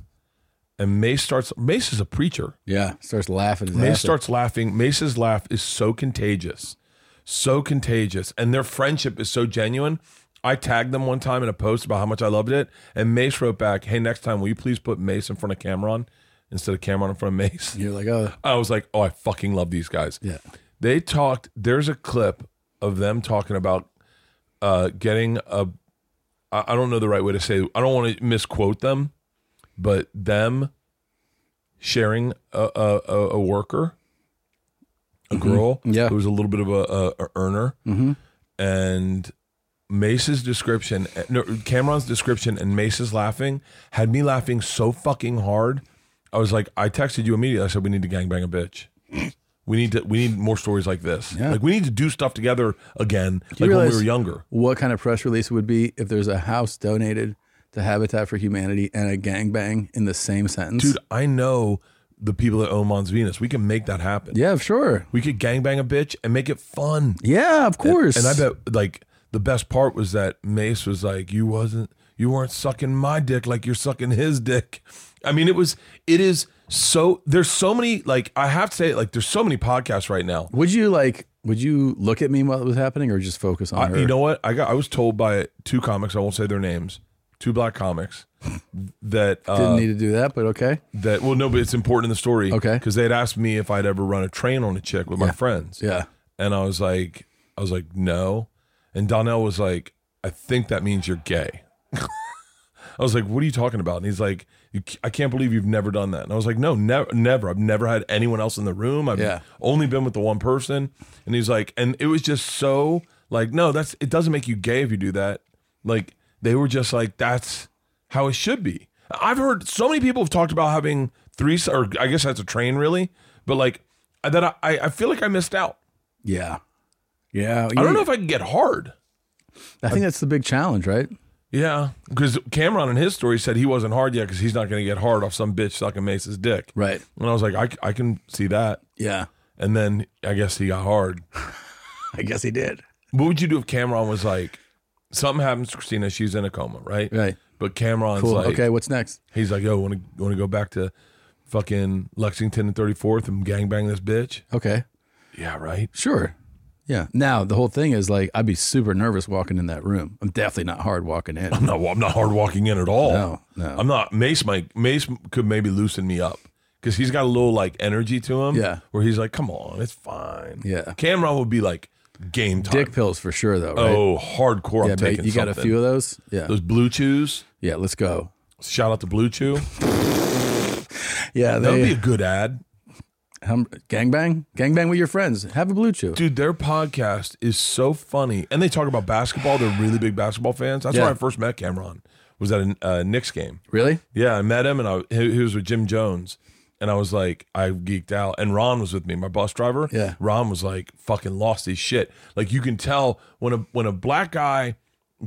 Speaker 11: And Mace starts, Mace is a preacher.
Speaker 1: Yeah, starts laughing. his ass
Speaker 11: Mace
Speaker 1: off.
Speaker 11: starts laughing. Mace's laugh is so contagious, so contagious, and their friendship is so genuine. I tagged them one time in a post about how much I loved it, and Mace wrote back, "Hey, next time, will you please put Mace in front of Cameron instead of Cameron in front of Mace?"
Speaker 1: You're like, "Oh."
Speaker 11: I was like, "Oh, I fucking love these guys."
Speaker 1: Yeah.
Speaker 11: They talked. There's a clip of them talking about uh, getting a. I I don't know the right way to say. I don't want to misquote them, but them sharing a a, a, a worker, a girl,
Speaker 1: Yeah.
Speaker 11: who was a little bit of a, a, a earner,
Speaker 1: Mhm.
Speaker 11: and Mace's description, no, Cameron's description, and Mace's laughing had me laughing so fucking hard. I was like, I texted you immediately. I said, we need to gangbang a bitch. We need to. We need more stories like this.
Speaker 1: Yeah.
Speaker 11: Like we need to do stuff together again,
Speaker 1: Do
Speaker 11: like
Speaker 1: you
Speaker 11: when we
Speaker 1: realize
Speaker 11: were younger.
Speaker 1: What kind of press release it would be if there's a house donated to Habitat for Humanity and a gangbang in the same sentence?
Speaker 11: Dude, I know the people at Oman's Venus. We can make that happen.
Speaker 1: Yeah, sure.
Speaker 11: We could gangbang a bitch and make it fun.
Speaker 1: Yeah, of course.
Speaker 11: And, I bet like the best part was that Mace was like, You wasn't you weren't sucking my dick like you're sucking his dick. I mean, it was it is so there's so many like I have to say like there's so many podcasts right now.
Speaker 1: Would you like? Would you look at me while it was happening, or just focus on
Speaker 11: I,
Speaker 1: her?
Speaker 11: you know what? I got I was told by two comics, I won't say their names, two black comics that uh,
Speaker 1: didn't need to do that, but okay.
Speaker 11: that well no but it's important in the story
Speaker 1: Okay.
Speaker 11: because they'd asked me if i'd ever run a train on a chick with my
Speaker 1: Yeah.
Speaker 11: friends
Speaker 1: Yeah.
Speaker 11: and i was like i was like no and donnell was like i think that means you're gay i was like what are you talking about and he's like you, c- i can't believe you've never done that and i was like no never never i've never had anyone else in the room i've
Speaker 1: Yeah.
Speaker 11: only been with the one person and he's like and it was just so like no that's it doesn't make you gay if you do that like they were just like that's how it should be i've heard so many people have talked about having three or i guess that's a train really but like that i i feel like i missed out
Speaker 1: Yeah. Yeah.
Speaker 11: i don't know if i can get hard
Speaker 1: I think that's the big challenge, right?
Speaker 11: Yeah, because Cameron in his story said he wasn't hard yet because he's not going to get hard off some bitch sucking Mace's dick.
Speaker 1: Right.
Speaker 11: And I was like, I, c- I can see that.
Speaker 1: Yeah.
Speaker 11: And then I guess he got hard.
Speaker 1: I guess he did.
Speaker 11: What would you do if Cameron was like, something happens to Christina, she's in a coma, right?
Speaker 1: Right.
Speaker 11: But Cameron's
Speaker 1: Cool.
Speaker 11: like,
Speaker 1: okay, what's next?
Speaker 11: He's like, yo, want to want to go back to fucking Lexington and 34th and gangbang this bitch?
Speaker 1: Okay.
Speaker 11: Yeah, right.
Speaker 1: Sure. Yeah. Now the whole thing is like I'd be super nervous walking in that room. I'm definitely not hard walking in.
Speaker 11: I'm not. I'm not hard walking in at all.
Speaker 1: No, no.
Speaker 11: I'm not. Mace might. Mace could maybe loosen me up because he's got a little like energy to him.
Speaker 1: Yeah.
Speaker 11: Where he's like, come on, it's fine.
Speaker 1: Yeah.
Speaker 11: Cameron would be like, game time.
Speaker 1: Dick pills for sure though. Right?
Speaker 11: Oh, hardcore.
Speaker 1: yeah,
Speaker 11: I'm
Speaker 1: but
Speaker 11: taking
Speaker 1: you got a
Speaker 11: something.
Speaker 1: few of those. Yeah.
Speaker 11: Those blue chews.
Speaker 1: Yeah, let's go.
Speaker 11: Shout out to Blue Chew.
Speaker 1: Yeah,
Speaker 11: that would
Speaker 1: they-
Speaker 11: be a good ad.
Speaker 1: Hum, gangbang, gangbang with your friends. Have a blue chew.
Speaker 11: Dude, their podcast is so funny, and they talk about basketball. They're really big basketball fans. That's
Speaker 1: Yeah.
Speaker 11: where I first met Cameron. Was at a uh, Knicks game.
Speaker 1: Really?
Speaker 11: Yeah, I met him, and I he, he was with Jim Jones, and I was like, I geeked out. And Ron was with me, my bus driver.
Speaker 1: Yeah.
Speaker 11: Ron was like, fucking lost his shit. Like you can tell when a when a black guy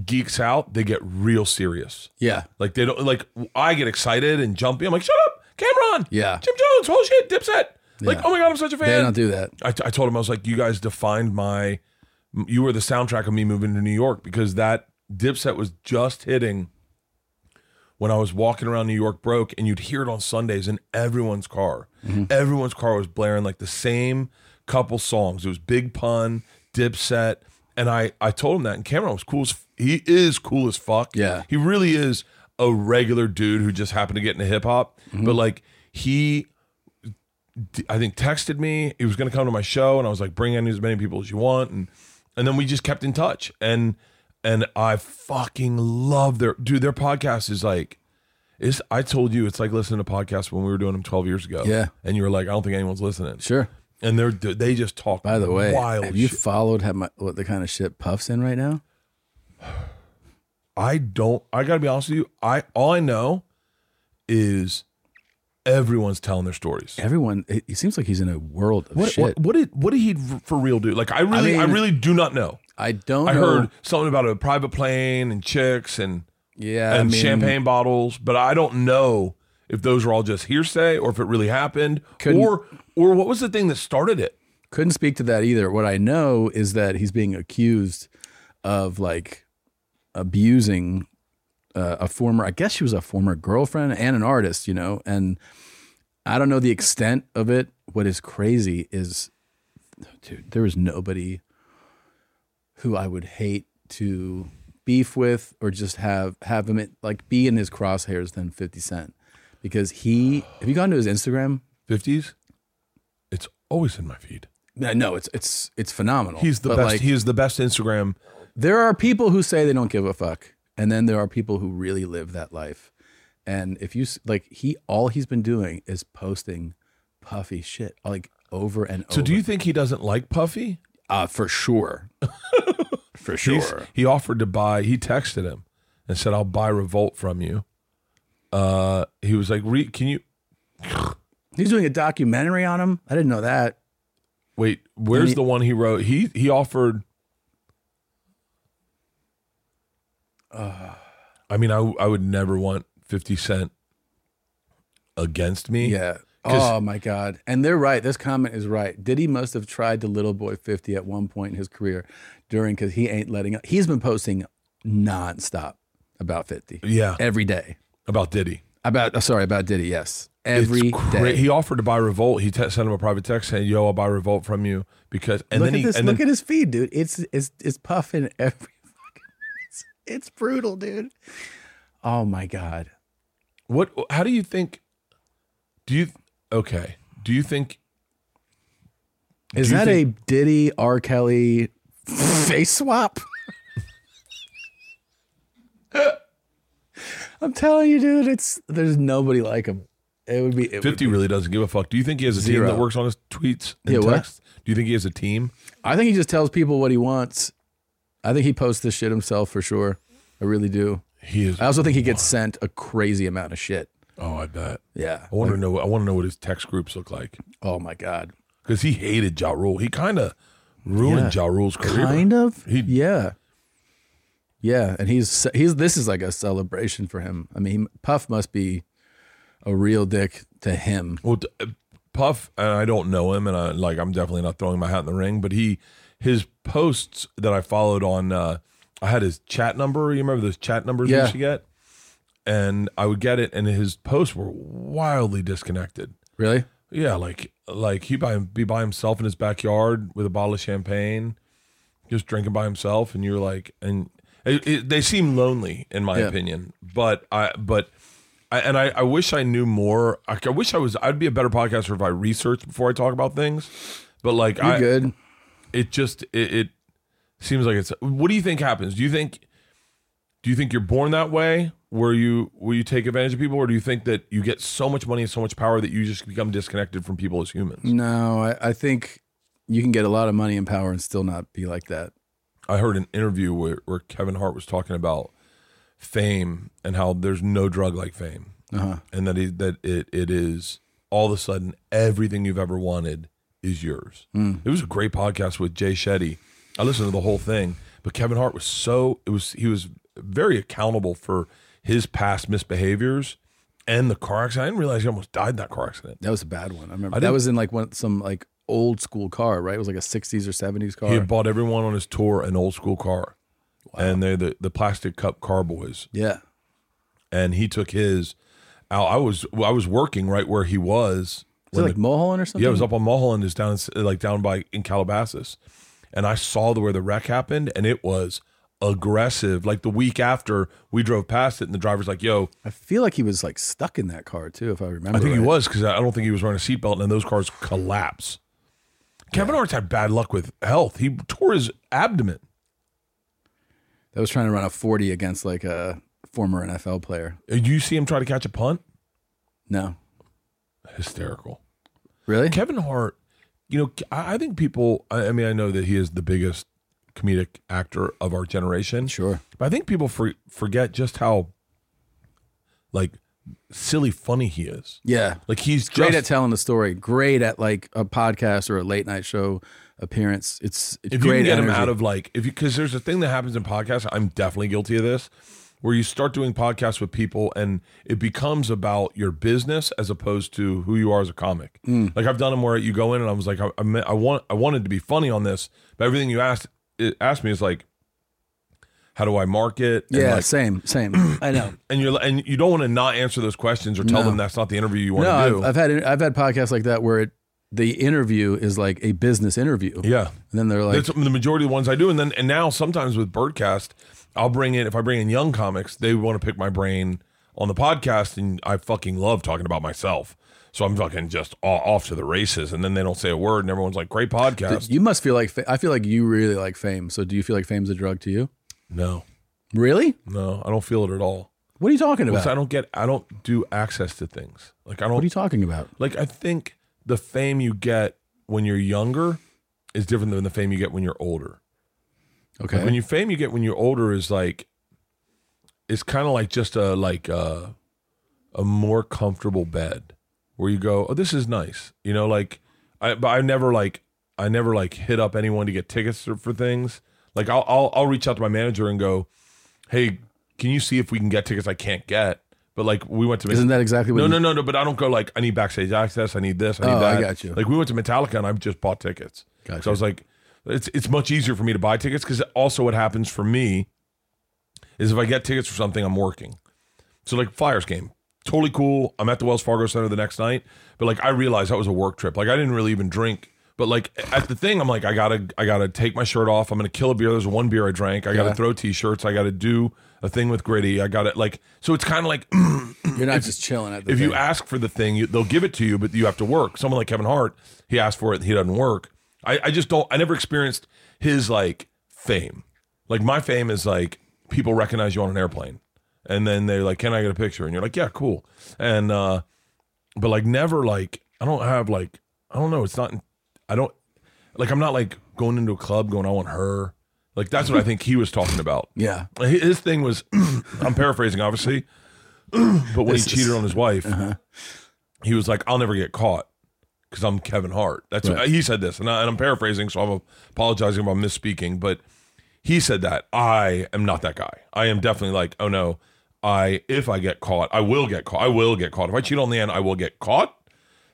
Speaker 11: geeks out, they get real serious.
Speaker 1: Yeah.
Speaker 11: Like they don't like I get excited and jumpy. I'm like, shut up, Cameron.
Speaker 1: Yeah.
Speaker 11: Jim Jones, whole shit, Dipset. Like,
Speaker 1: Yeah.
Speaker 11: oh my god, I'm such a fan.
Speaker 1: They don't do that.
Speaker 11: I, I told him I was like, you guys defined my. You were the soundtrack of me moving to New York because that Dipset was just hitting when I was walking around New York broke, and you'd hear it on Sundays in everyone's car. Everyone's car was blaring like the same couple songs. It was Big Pun, Dipset, and I I told him that, and Cameron was cool. As, he is cool as fuck.
Speaker 1: Yeah.
Speaker 11: he really is a regular dude who just happened to get into hip hop, but like he I think texted me. He was going to come to my show, and I was like, "Bring in as many people as you want," and and then we just kept in touch. And and I fucking love their dude. Their podcast is like, it's. I told you, it's like listening to podcasts when we were doing them twelve years ago.
Speaker 1: Yeah.
Speaker 11: and you were like, "I don't think anyone's listening."
Speaker 1: Sure.
Speaker 11: And they're they just talk.
Speaker 1: By the way,
Speaker 11: wild.
Speaker 1: have you
Speaker 11: shit.
Speaker 1: followed how my, what the kind of shit Puff's in right now?
Speaker 11: I don't. I got to be honest with you. I all I know is everyone's telling their stories.
Speaker 1: Everyone, it, it seems like he's in a world of
Speaker 11: What,
Speaker 1: shit.
Speaker 11: what what did what did he for real do? Like I really I,
Speaker 1: mean- oh,
Speaker 11: really do not know.
Speaker 1: I don't.
Speaker 11: I
Speaker 1: know.
Speaker 11: heard something about a private plane and chicks and
Speaker 1: Yeah, I
Speaker 11: and
Speaker 1: mean-
Speaker 11: champagne bottles, but I don't know if those were all just hearsay or if it really happened
Speaker 1: Couldn't-
Speaker 11: or or what was the thing that started it?
Speaker 1: Couldn't speak to that either. What I know is that he's being accused of like abusing uh, a former, I guess she was a former girlfriend and an artist, you know. And I don't know the extent of it. What is crazy is, dude, there is nobody who I would hate to beef with or just have have him at, like be in his crosshairs than 50 Cent because he. Have you gone to his Instagram?
Speaker 11: 50s? It's always in my feed.
Speaker 1: I know it's it's it's phenomenal.
Speaker 11: He's the
Speaker 1: But,
Speaker 11: best
Speaker 1: like,
Speaker 11: he is the best Instagram.
Speaker 1: there are people who say they don't give a fuck and then there are people who really live that life and if you s- like he all he's been doing is posting puffy shit like over and
Speaker 11: So
Speaker 1: over
Speaker 11: do you think he doesn't like Puffy?
Speaker 1: uh for sure for sure
Speaker 11: He's- he offered to buy. He texted him and said, "I'll buy Revolt from you." Uh, he was like, Re- "Can you
Speaker 1: he's doing a documentary on him i didn't know that
Speaker 11: wait? Where's
Speaker 1: he-
Speaker 11: the one he wrote? He he offered." uh, I mean, I I would never want Fifty Cent against me.
Speaker 1: yeah
Speaker 11: 'Cause-
Speaker 1: oh my god and they're right this comment is right diddy must have tried to little boy 50 at one point in his career during because he ain't letting up he's been posting nonstop about 50
Speaker 11: yeah.
Speaker 1: every day
Speaker 11: About Diddy.
Speaker 1: about uh, sorry about Diddy. Yes, every
Speaker 11: It's
Speaker 1: day.
Speaker 11: cra- He offered to buy Revolt. He te- sent him a private text saying, "Yo, I'll buy Revolt from you because." And
Speaker 1: look
Speaker 11: then
Speaker 1: at
Speaker 11: he
Speaker 1: this.
Speaker 11: and
Speaker 1: Look
Speaker 11: then,
Speaker 1: at his feed, dude. It's it's it's puffing every. fucking. It's, it's brutal, dude. Oh my god.
Speaker 11: What? How do you think? Do you okay? Do you think
Speaker 1: Is
Speaker 11: Do you
Speaker 1: that
Speaker 11: think-
Speaker 1: a Diddy R. Kelly face swap? I'm telling you, dude. It's there's nobody like him. It would be it would
Speaker 11: Fifty
Speaker 1: be-
Speaker 11: really doesn't give a fuck? Do you think he has a
Speaker 1: Zero.
Speaker 11: team that works on his tweets and
Speaker 1: Yeah, what?
Speaker 11: texts? Do you think he has a team?
Speaker 1: I think he just tells people what he wants. I think he posts this shit himself for sure. I really do.
Speaker 11: He is.
Speaker 1: I also think he gets sent a crazy amount of shit.
Speaker 11: Oh, I bet.
Speaker 1: Yeah.
Speaker 11: I want to know. I want to know what his text groups look like
Speaker 1: Oh my god.
Speaker 11: because he hated Ja Rule. He kind of ruined
Speaker 1: Yeah.
Speaker 11: Ja Rule's career.
Speaker 1: Kind of.
Speaker 11: He
Speaker 1: yeah. Yeah, and he's he's this is like a celebration for him. I mean, Puff must be a real dick to him.
Speaker 11: Well, d- uh, Puff, and I don't know him, and I like I'm definitely not throwing my hat in the ring, but he his posts that I followed on, uh, I had his chat number. You remember those chat numbers we
Speaker 1: Yeah.
Speaker 11: used to get, and I would get it, and his posts were wildly disconnected.
Speaker 1: Really?
Speaker 11: Yeah, like like he by be by himself in his backyard with a bottle of champagne, just drinking by himself, and you're like, and it, it, they seem lonely in my
Speaker 1: Yeah.
Speaker 11: opinion. But I but. I, and I, I wish I knew more. I, I wish I was. I'd be a better podcaster if I researched before I talk about things. But like,
Speaker 1: You're
Speaker 11: I
Speaker 1: good.
Speaker 11: It just it, it seems like it's. What do you think happens? Do you think do you think you're born that way? Where you where you take advantage of people, or do you think that you get so much money and so much power that you just become disconnected from people as humans?
Speaker 1: No, I, I think you can get a lot of money and power and still not be like that.
Speaker 11: I heard an interview where, where Kevin Hart was talking about fame and how there's no drug like fame,
Speaker 1: Uh-huh.
Speaker 11: and that he, that it it is all of a sudden everything you've ever wanted is yours.
Speaker 1: Mm.
Speaker 11: It was a great podcast with Jay Shetty. I listened to the whole thing, but Kevin Hart was so it was he was very accountable for his past misbehaviors and the car accident. I didn't realize he almost died in that car accident.
Speaker 1: That was a bad one. I remember
Speaker 11: I
Speaker 1: that
Speaker 11: didn't-
Speaker 1: was in like one some like old school car, right? It was like a '60s or '70s car.
Speaker 11: He had bought everyone on his tour an old school car, and they're the the plastic cup car boys.
Speaker 1: Yeah.
Speaker 11: and he took his out. I was well, I was working right where he
Speaker 1: Was
Speaker 11: was.
Speaker 1: it
Speaker 11: when
Speaker 1: like
Speaker 11: the-
Speaker 1: Mulholland or something?
Speaker 11: Yeah, it was up on Mulholland. Is down in- like down by in Calabasas, and I saw the where the wreck happened, and it was aggressive. Like the week after we drove past it, and the driver's like, "Yo."
Speaker 1: I feel like he was like stuck in that car too, if I remember.
Speaker 11: I think
Speaker 1: right.
Speaker 11: he was because I don't think he was wearing a seatbelt, and those cars collapse. Kevin Hart's had bad luck with health. He tore his abdomen.
Speaker 1: That was trying to run a 40 against like a former NFL player.
Speaker 11: Did Uh, you see him try to catch a punt?
Speaker 1: No.
Speaker 11: hysterical.
Speaker 1: Really?
Speaker 11: Kevin Hart, you know, I I think people, I I mean, I know that he is the biggest comedic actor of our generation.
Speaker 1: Sure.
Speaker 11: But I think people for, forget just how, like, silly funny he is.
Speaker 1: Yeah.
Speaker 11: Like, he's
Speaker 1: great
Speaker 11: just-
Speaker 1: at telling the story, great at like a podcast or a late night show appearance. It's, it's
Speaker 11: if you
Speaker 1: great
Speaker 11: can get him
Speaker 1: energy.
Speaker 11: out of like if you because there's a thing that happens in podcasts i'm definitely guilty of this where you start doing podcasts with people and it becomes about your business as opposed to who you are as a comic
Speaker 1: Mm.
Speaker 11: like i've done them where you go in and i was like i, I, meant, I want i wanted to be funny on this but everything you asked it asked me is like how do i market And,
Speaker 1: Yeah,
Speaker 11: like,
Speaker 1: same, same. I know.
Speaker 11: and you're and you don't want to not answer those questions or tell
Speaker 1: No.
Speaker 11: them that's not the interview you want
Speaker 1: No,
Speaker 11: to do
Speaker 1: I've, I've had I've had podcasts like that where it the interview is like a business interview.
Speaker 11: Yeah.
Speaker 1: And then they're like,
Speaker 11: That's the majority of the ones I do, and then and now sometimes with Birdcast, I'll bring in if I bring in young comics, they want to pick my brain on the podcast, and I fucking love talking about myself. So I'm fucking just o- off to the races, and then they don't say a word, and everyone's like, "Great podcast."
Speaker 1: you must feel like fa- I feel like you really like fame. So do you feel like fame's a drug to you?
Speaker 11: No,
Speaker 1: Really?
Speaker 11: no, I don't feel it at all.
Speaker 1: What are you talking
Speaker 11: Well,
Speaker 1: about?
Speaker 11: so I don't get, I don't do access to things. Like I don't.
Speaker 1: What are you talking about?
Speaker 11: Like I think the fame you get when you're younger is different than the fame you get when you're older.
Speaker 1: Okay.
Speaker 11: Like, when you fame you get when you're older is like it's kind of like just a like uh a more comfortable bed where you go, "Oh, this is nice." You know, like I but I never like I never like hit up anyone to get tickets or, for things. Like I'll, I'll I'll reach out to my manager and go, "Hey, can you see if we can get tickets I can't get?" But like we went to
Speaker 1: Isn't that exactly what
Speaker 11: No,
Speaker 1: you-
Speaker 11: no, no, no, but I don't go like I need backstage access, I need this, I need
Speaker 1: Oh, I
Speaker 11: that.
Speaker 1: got you.
Speaker 11: Like we went to Metallica and I just bought tickets. So I was like, it's it's much easier for me to buy tickets because also what happens for me is if I get tickets for something, I'm working. So like Flyers game, totally cool. I'm at the Wells Fargo Center the next night, but like I realized that was a work trip. Like I didn't really even drink. But like at the thing, I'm like, I gotta, I gotta take my shirt off. I'm gonna kill a beer. There's one beer I drank. I gotta
Speaker 1: Yeah.
Speaker 11: throw t-shirts. I gotta do a thing with gritty. I gotta like. So it's kind of like
Speaker 1: You're not just chilling at the
Speaker 11: if you
Speaker 1: thing.
Speaker 11: ask for the thing, you, they'll give it to you, but you have to work. Someone like Kevin Hart, he asked for it, he doesn't work. I, I just don't. I never experienced his like fame. Like my fame is like people recognize you on an airplane, and then they're like, "Can I get a picture?" And you're like, "Yeah, cool." And uh, but like never like I don't have like I don't know. It's not. I don't like. I'm not like going into a club going, "I want her." Like that's what I think he was talking about.
Speaker 1: Yeah.
Speaker 11: Hi- His thing was, I'm paraphrasing, obviously, but when
Speaker 1: This
Speaker 11: he
Speaker 1: is- Uh-huh.
Speaker 11: cheated on his wife, he was like, "I'll never get caught because I'm Kevin Hart." That's
Speaker 1: Right.
Speaker 11: what, he said this, and, I, and I'm paraphrasing, so I'm apologizing if I'm misspeaking, but He said that. I am not that guy. I am definitely like, oh no, I if I get caught, I will get caught. I will get caught. If I cheat on the end, I will get caught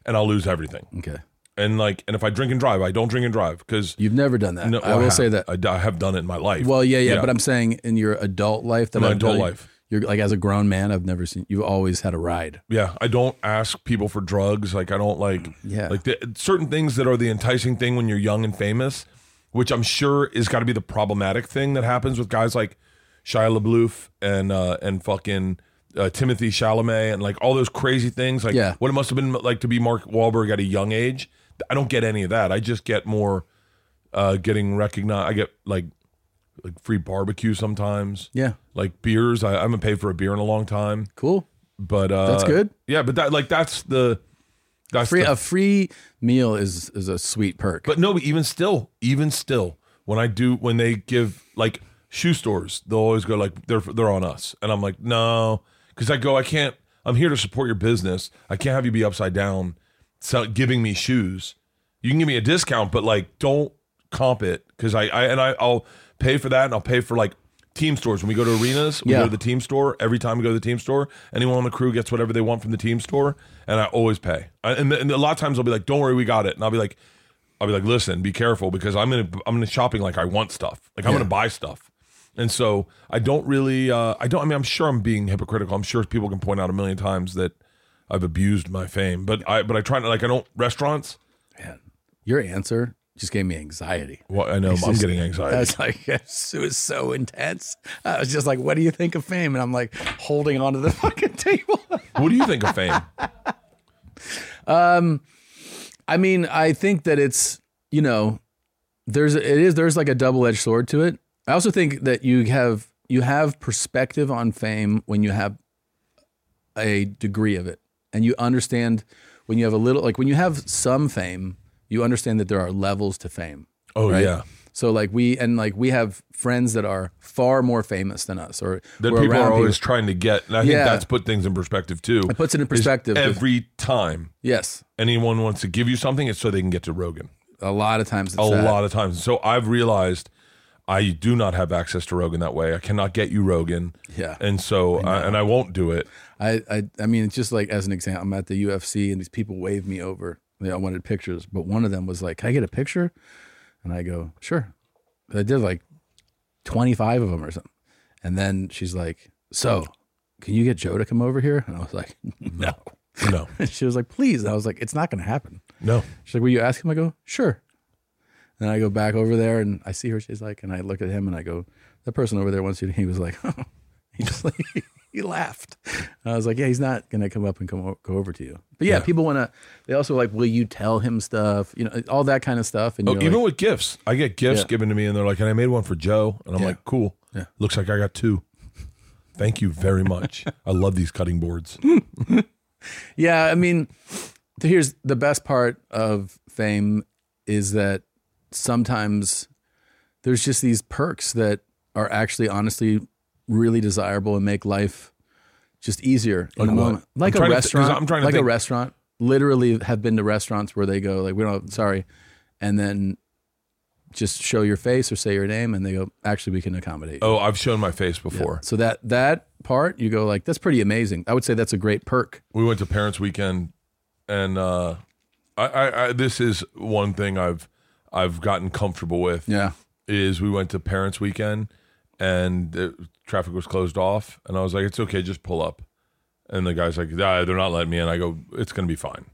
Speaker 11: and I'll lose everything.
Speaker 1: Okay.
Speaker 11: And like, and if I drink and drive, I don't drink and drive because
Speaker 1: you've never done that.
Speaker 11: No,
Speaker 1: I will
Speaker 11: have.
Speaker 1: say that.
Speaker 11: I, d- I have done it in my life.
Speaker 1: Well, yeah, yeah,
Speaker 11: Yeah.
Speaker 1: but I'm saying in your adult life, that
Speaker 11: In my
Speaker 1: I've
Speaker 11: adult
Speaker 1: known you-
Speaker 11: life.
Speaker 1: you're like as a grown man, I've never seen. You've always had a ride.
Speaker 11: Yeah, I don't ask people for drugs. Like I don't like
Speaker 1: Yeah.
Speaker 11: like the, certain things that are the enticing thing when you're young and famous, which I'm sure is got to be the problematic thing that happens with guys like Shia LaBeouf and uh, and fucking uh, Timothy Chalamet and like all those crazy things. Like
Speaker 1: Yeah.
Speaker 11: what it must have been like to be Mark Wahlberg at a young age. I don't get any of that. I just get more uh, getting recognized. I get like like free barbecue sometimes.
Speaker 1: Yeah.
Speaker 11: like beers. I, I haven't paid for a beer in a long time.
Speaker 1: Cool,
Speaker 11: but uh,
Speaker 1: That's good.
Speaker 11: Yeah, but that like that's the that's
Speaker 1: Free,
Speaker 11: the-
Speaker 1: a free meal is is a sweet perk.
Speaker 11: But no, but even still, even still, when I do when they give like shoe stores, they'll always go like they're they're on us, and I'm like no, because I go I can't. I'm here to support your business. I can't have you be upside down, sell, giving me shoes. You can give me a discount, but like don't comp it because I, I and I, I'll pay for that and I'll pay for like team stores when we go to arenas. We
Speaker 1: Yeah.
Speaker 11: go to the team store every time we go to the team store. Anyone on the crew gets whatever they want from the team store, and I always pay. I, and, and a lot of times I'll be like, "Don't worry, we got it," and I'll be like, "I'll be like, listen, be careful because I'm gonna I'm gonna shopping like I want stuff, like I'm gonna buy stuff." And so I don't really, uh, I don't. I mean, I'm sure I'm being hypocritical. I'm sure people can point out a million times that I've abused my fame, but I, but I try to like I don't restaurants.
Speaker 1: Your answer just gave me anxiety.
Speaker 11: Well, I know
Speaker 1: It's
Speaker 11: I'm
Speaker 1: just-
Speaker 11: getting anxiety.
Speaker 1: I was like, it was so intense. I was just like, what do you think of fame? And I'm like holding onto the fucking table.
Speaker 11: what do you think of fame?
Speaker 1: Um, I mean, I think that it's you know, there's it is there's like a double edged sword to it. I also think that you have you have perspective on fame when you have a degree of it, and you understand when you have a little like when you have some fame, you understand that there are levels to fame.
Speaker 11: Oh,
Speaker 1: right?
Speaker 11: yeah.
Speaker 1: So like we and like we have friends that are far more famous than us, or
Speaker 11: that
Speaker 1: we're
Speaker 11: people
Speaker 1: around
Speaker 11: are always
Speaker 1: people-
Speaker 11: trying to get. And I think
Speaker 1: Yeah.
Speaker 11: that's put things in perspective too.
Speaker 1: It puts it in
Speaker 11: Is
Speaker 1: perspective.
Speaker 11: every time.
Speaker 1: Yes.
Speaker 11: Anyone wants to give you something, it's so they can get to Rogan.
Speaker 1: A lot of times. It's
Speaker 11: a
Speaker 1: that.
Speaker 11: lot of times. So I've realized I do not have access to Rogan that way. I cannot get you Rogan.
Speaker 1: Yeah.
Speaker 11: And so I and I won't do it.
Speaker 1: I, I I mean, it's just like as an example, I'm at the UFC and these people wave me over. They all wanted pictures, but one of them was like, "Can I get a picture?" And I go, "Sure." But I did like 25 of them or something, and then she's like, "So, can you get Joe to come over here?" And I was like, "No."
Speaker 11: No.
Speaker 1: And she was like, "Please." And I was like, "It's not going to happen."
Speaker 11: No.
Speaker 1: She's like, "Will you ask him?" I go, "Sure." And I go back over there and I see her. She's like, and I look at him and I go, "That person over there wants you." to-" He was like, he just like he laughed. I was like, "Yeah, he's not gonna come up and come o- go over to you." But yeah,
Speaker 11: Yeah.
Speaker 1: people want to. They also like, "Will you tell him stuff?" You know, all that kind of stuff. And
Speaker 11: Oh,
Speaker 1: you're
Speaker 11: even
Speaker 1: like,
Speaker 11: with gifts, I get gifts
Speaker 1: Yeah.
Speaker 11: given to me, and they're like, "And I made one for Joe," and I'm
Speaker 1: Yeah.
Speaker 11: like, "Cool.
Speaker 1: Yeah.
Speaker 11: Looks like I got two. Thank you very much. I love these cutting boards."
Speaker 1: yeah, I mean, th- here's the best part of fame is that sometimes there's just these perks that are actually honestly really desirable and make life just easier in
Speaker 11: Like
Speaker 1: the
Speaker 11: what?
Speaker 1: moment. Like
Speaker 11: I'm
Speaker 1: a
Speaker 11: trying to th- 'cause
Speaker 1: restaurant.
Speaker 11: I'm trying to
Speaker 1: like a
Speaker 11: think.
Speaker 1: restaurant. Literally have been to restaurants where they go like we don't sorry, and then just show your face or say your name, and they go actually we can accommodate. you."
Speaker 11: Oh, I've shown my face before.
Speaker 1: So that that part you go like that's pretty amazing. I would say that's a great perk.
Speaker 11: we went to parents weekend and uh I, I i this is one thing i've i've gotten comfortable with
Speaker 1: Yeah.
Speaker 11: is we went to parents weekend and the traffic was closed off and i was like it's okay just pull up and the guy's like ah, they're not letting me in i go it's gonna be fine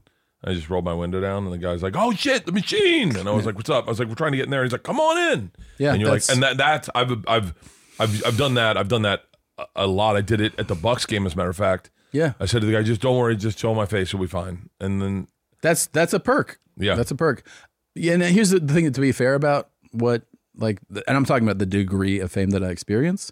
Speaker 11: I just rolled my window down, and the guy's like, "Oh shit, the machine!" And I was like, "What's up?" I was like, "We're trying to get in there." He's like, "Come on in."
Speaker 1: Yeah,
Speaker 11: and you're like,
Speaker 1: that's-
Speaker 11: and that that's I've I've I've I've done that. I've done that a- a lot. I did it at the Bucks game, as a matter of fact.
Speaker 1: Yeah.
Speaker 11: I said to the guy, "Just don't worry, just show my face, it'll be fine." And then
Speaker 1: That's that's a perk.
Speaker 11: Yeah.
Speaker 1: that's a perk. Yeah, and here's the, the thing to be fair about what like, the, and I'm talking about the degree of fame that I experience,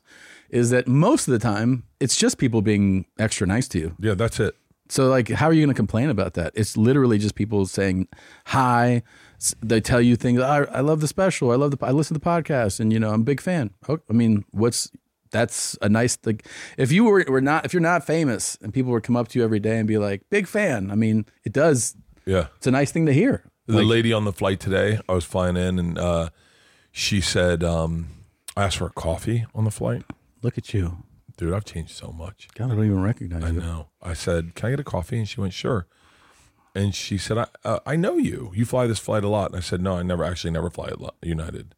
Speaker 1: is that most of the time it's just people being extra nice to you.
Speaker 11: Yeah, that's it.
Speaker 1: So like, how are you going to complain about that? It's literally just people saying hi. S- They tell you things. I, I love the special. I love the. I listen to the podcast, and you know I'm a big fan. Oh, I mean, what's that's a nice thing. If you were, were not, if you're not famous, and people would come up to you every day and be like, "Big fan." I mean, it does
Speaker 11: yeah,
Speaker 1: it's a nice thing to hear.
Speaker 11: the lady on the flight today, I was flying in, and uh, she said, um, I asked for a coffee on the flight.
Speaker 1: Look at you.
Speaker 11: Dude, I've changed so much.
Speaker 1: God, I don't even recognize
Speaker 11: I
Speaker 1: you.
Speaker 11: know. I said, Can I get a coffee? And she went, Sure. And she said, I, uh, I know you. You fly this flight a lot. And I said, No, I never actually never fly at Lo- United.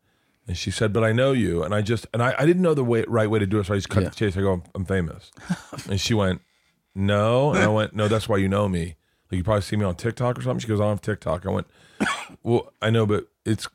Speaker 11: And she said, But I know you. And I just, and I, I didn't know the way, right way to do it. So I just cut the chase. I go, I'm, I'm famous. and she went, No. And I went, No, that's why you know me. Like you probably see me on TikTok or something. She goes, I don't have TikTok. I went, Well, I know, but it's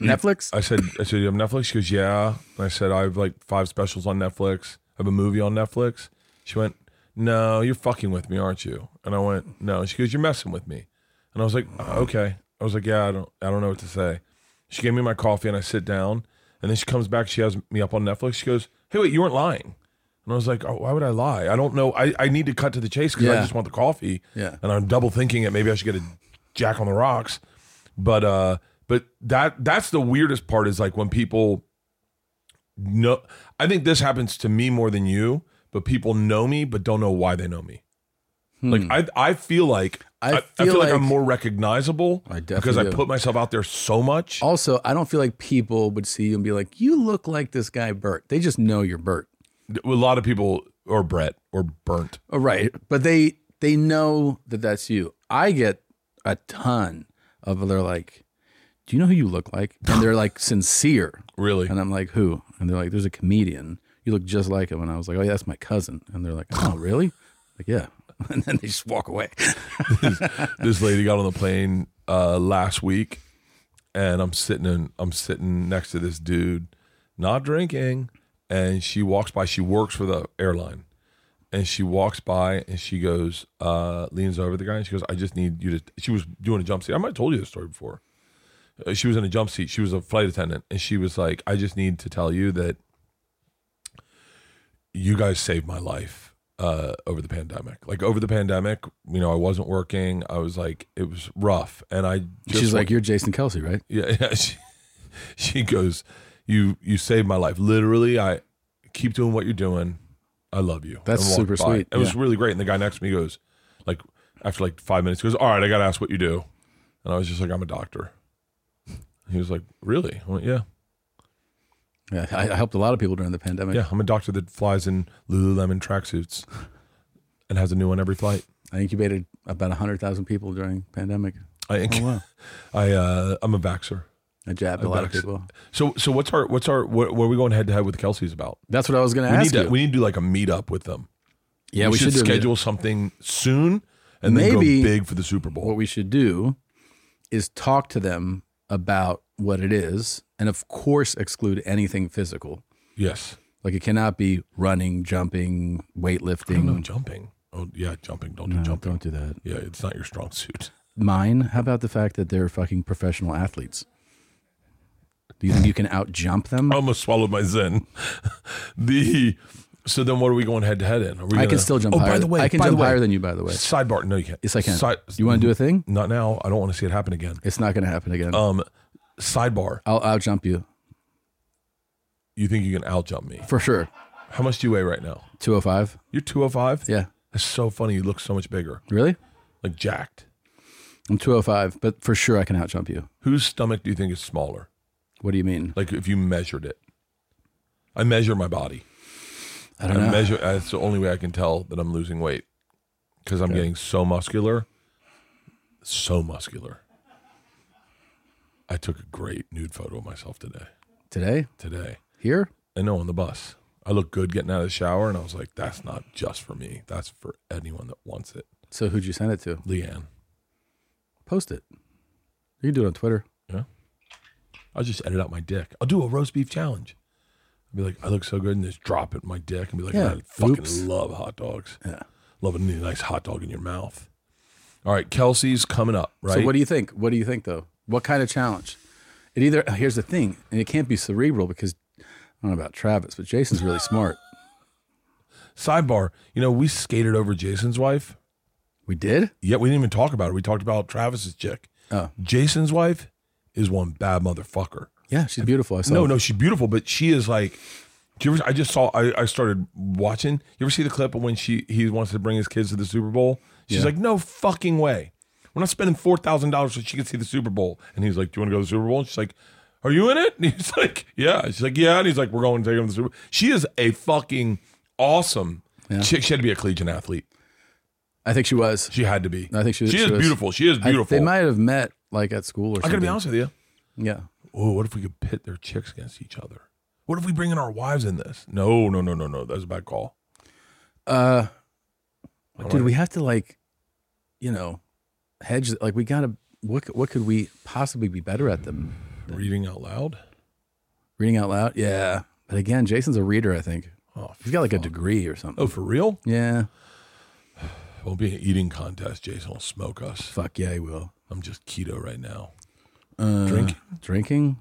Speaker 1: Netflix?
Speaker 11: I said, I said, you have Netflix? She goes, yeah. And I said, I have like five specials on Netflix. I have a movie on Netflix. She went, no, you're fucking with me, aren't you? And I went, no. She goes, you're messing with me. And I was like, "Oh, okay. I was like, yeah, I don't, I don't know what to say. She gave me my coffee and I sit down. And then she comes back. She has me up on Netflix. She goes, hey, wait, you weren't lying. And I was like, oh, why would I lie? I don't know. I, I need to cut to the chase because I
Speaker 1: Yeah.
Speaker 11: just want the coffee.
Speaker 1: Yeah.
Speaker 11: And I'm double thinking it. Maybe I should get a Jack on the Rocks. But uh, but that that's the weirdest part is like when people know. I think this happens to me more than you, but people know me but don't know why they know me.
Speaker 1: Hmm.
Speaker 11: Like I I feel like I, I feel, like, I'm more recognizable because I
Speaker 1: do.
Speaker 11: put myself out there so much.
Speaker 1: Also, I don't feel like people would see you and be like, "You look like this guy Bert." They just know you're Bert.
Speaker 11: A lot of people or Brett or Burnt.
Speaker 1: Oh, right, but they they know that that's you. I get a ton of they're like, "Do you know who you look like?" And they're like sincere,
Speaker 11: really.
Speaker 1: And I'm like, "Who?" And they're like, "There's a comedian. You look just like him." And I was like, "Oh yeah, that's my cousin." And they're like, "Oh really?" Like yeah. And then they just walk away.
Speaker 11: this lady got on the plane uh, last week, and I'm sitting in, I'm sitting next to this dude, not drinking, and she walks by. She works for the airline, and she walks by and she goes, uh, leans over the guy and she goes, "I just need you to." She was doing a jump seat. I might have told you this story before. Uh, She was in a jump seat. She was a flight attendant, and she was like, "I just need to tell you that you guys saved my life uh, over the pandemic. Like over the pandemic, you know, I wasn't working. I was like, it was rough, and I. Just
Speaker 1: She's like,
Speaker 11: want-
Speaker 1: "You're Jason Kelsey, right?"
Speaker 11: yeah, yeah. She, she goes, "You you saved my life. Literally, I keep doing what you're doing. I love you."
Speaker 1: That's
Speaker 11: And walked
Speaker 1: super
Speaker 11: by.
Speaker 1: sweet,
Speaker 11: It was
Speaker 1: yeah.
Speaker 11: really great. And the guy next to me goes, like after like five minutes, goes, "All right, I got to ask what you do." And I was just like, "I'm a doctor." He was like, "Really?" I went, "Yeah."
Speaker 1: Yeah, I, I helped a lot of people during the pandemic.
Speaker 11: Yeah, I'm a doctor that flies in Lululemon tracksuits and has a new one every flight.
Speaker 1: I incubated about hundred thousand people during pandemic.
Speaker 11: I think
Speaker 1: Oh, wow.
Speaker 11: I uh, I'm a vaxer.
Speaker 1: I jabbed a lot of people.
Speaker 11: So so what's our what's our what, what are we going head to head with Kelsey's about?
Speaker 1: That's what I was going
Speaker 11: we
Speaker 1: to ask
Speaker 11: need to,
Speaker 1: you.
Speaker 11: We need to do like a meetup with them.
Speaker 1: Yeah, we should
Speaker 11: should,
Speaker 1: do a
Speaker 11: schedule something soon and
Speaker 1: Maybe-
Speaker 11: then go big for the Super Bowl.
Speaker 1: what we should do is talk to them about what it is, and of course, exclude anything physical.
Speaker 11: Yes.
Speaker 1: Like it cannot be running, jumping, weightlifting.
Speaker 11: No jumping. Oh yeah, jumping. Don't do
Speaker 1: No,
Speaker 11: jumping.
Speaker 1: don't do that.
Speaker 11: Yeah, it's not your strong suit.
Speaker 1: Mine. How about the fact that they're fucking professional athletes? Do you think you can out jump them?
Speaker 11: I almost swallowed my zen. the so then what are we going head to head in? Are we
Speaker 1: I can
Speaker 11: gonna-
Speaker 1: still jump
Speaker 11: Oh,
Speaker 1: higher
Speaker 11: by the
Speaker 1: th-
Speaker 11: way,
Speaker 1: I can
Speaker 11: by the
Speaker 1: jump
Speaker 11: way.
Speaker 1: higher than you, by the way.
Speaker 11: Sidebar. No, you can't.
Speaker 1: Yes, I can.
Speaker 11: Side-
Speaker 1: you want to do a thing?
Speaker 11: Not now. I don't want to see it happen again.
Speaker 1: It's not going to happen again.
Speaker 11: Um, sidebar.
Speaker 1: I'll out jump you
Speaker 11: You think you can out jump me?
Speaker 1: for sure.
Speaker 11: How much do you weigh right now?
Speaker 1: Two hundred five.
Speaker 11: You're 205?
Speaker 1: Yeah.
Speaker 11: That's so funny. You look so much bigger.
Speaker 1: Really?
Speaker 11: Like jacked.
Speaker 1: I'm 205, but for sure I can outjump you.
Speaker 11: Whose stomach do you think is smaller?
Speaker 1: What do you mean?
Speaker 11: Like if you measured it. I measure my body.
Speaker 1: I don't know.
Speaker 11: measure that's the only way I can tell that I'm losing weight. Because I'm
Speaker 1: Okay.
Speaker 11: getting so muscular. So muscular. I took a great nude photo of myself today.
Speaker 1: Today?
Speaker 11: Today.
Speaker 1: Here?
Speaker 11: I know on the bus. I looked good getting out of the shower and I was like, that's not just for me. That's for anyone that wants it.
Speaker 1: So who'd you send it to?
Speaker 11: Leanne.
Speaker 1: Post it. You can do it on Twitter.
Speaker 11: I'll just edit out my dick. I'll do a roast beef challenge. I'll be like, I look so good, and just drop it in my dick and be like,
Speaker 1: Yeah.
Speaker 11: I fucking
Speaker 1: Oops.
Speaker 11: love hot dogs.
Speaker 1: Yeah.
Speaker 11: Love a nice hot dog in your mouth. All right, Kelsey's coming up, right?
Speaker 1: So what do you think? What do you think though? What kind of challenge? It either here's the thing, and it can't be cerebral because I don't know about Travis, but Jason's really smart.
Speaker 11: Sidebar, you know, we skated over Jason's wife.
Speaker 1: We did?
Speaker 11: Yeah, we didn't even talk about it. We talked about Travis's chick.
Speaker 1: Oh.
Speaker 11: Jason's wife is one bad motherfucker.
Speaker 1: Yeah, she's beautiful. I saw
Speaker 11: No,
Speaker 1: it.
Speaker 11: no, she's beautiful, but she is like. Do you ever, I just saw. I, I started watching. You ever see the clip of when she he wants to bring his kids to the Super Bowl? She's
Speaker 1: Yeah.
Speaker 11: like, no fucking way. We're not spending four thousand dollars so she can see the Super Bowl. And he's like, do you want to go to the Super Bowl? And she's like, Are you in it? And he's like, Yeah. She's like, Yeah. And he's like, We're going to take him to the Super Bowl. She is a fucking awesome chick. She had to be a collegiate athlete.
Speaker 1: I think she was.
Speaker 11: She had to be.
Speaker 1: I think she.
Speaker 11: She is
Speaker 1: was.
Speaker 11: beautiful. She is
Speaker 1: I-
Speaker 11: beautiful.
Speaker 1: they might have met like at school or
Speaker 11: I
Speaker 1: something.
Speaker 11: gotta be honest with you.
Speaker 1: Yeah.
Speaker 11: Oh, what if we could pit their chicks against each other? What if we bring in our wives in this? No, no, no, no, no. That's a bad call.
Speaker 1: Uh,
Speaker 11: All
Speaker 1: dude, we have to like, you know, hedge. Like, we gotta. What c- what could we possibly be better at them?
Speaker 11: Reading out loud.
Speaker 1: Reading out loud. Yeah, but again, Jason's a reader. I think.
Speaker 11: Oh,
Speaker 1: he's got like a degree or something.
Speaker 11: Oh, for real?
Speaker 1: Yeah.
Speaker 11: It'll be an eating contest. Jason will smoke us.
Speaker 1: Fuck yeah, he will.
Speaker 11: I'm just keto right now.
Speaker 1: Uh,
Speaker 11: Drinking?
Speaker 1: Drinking.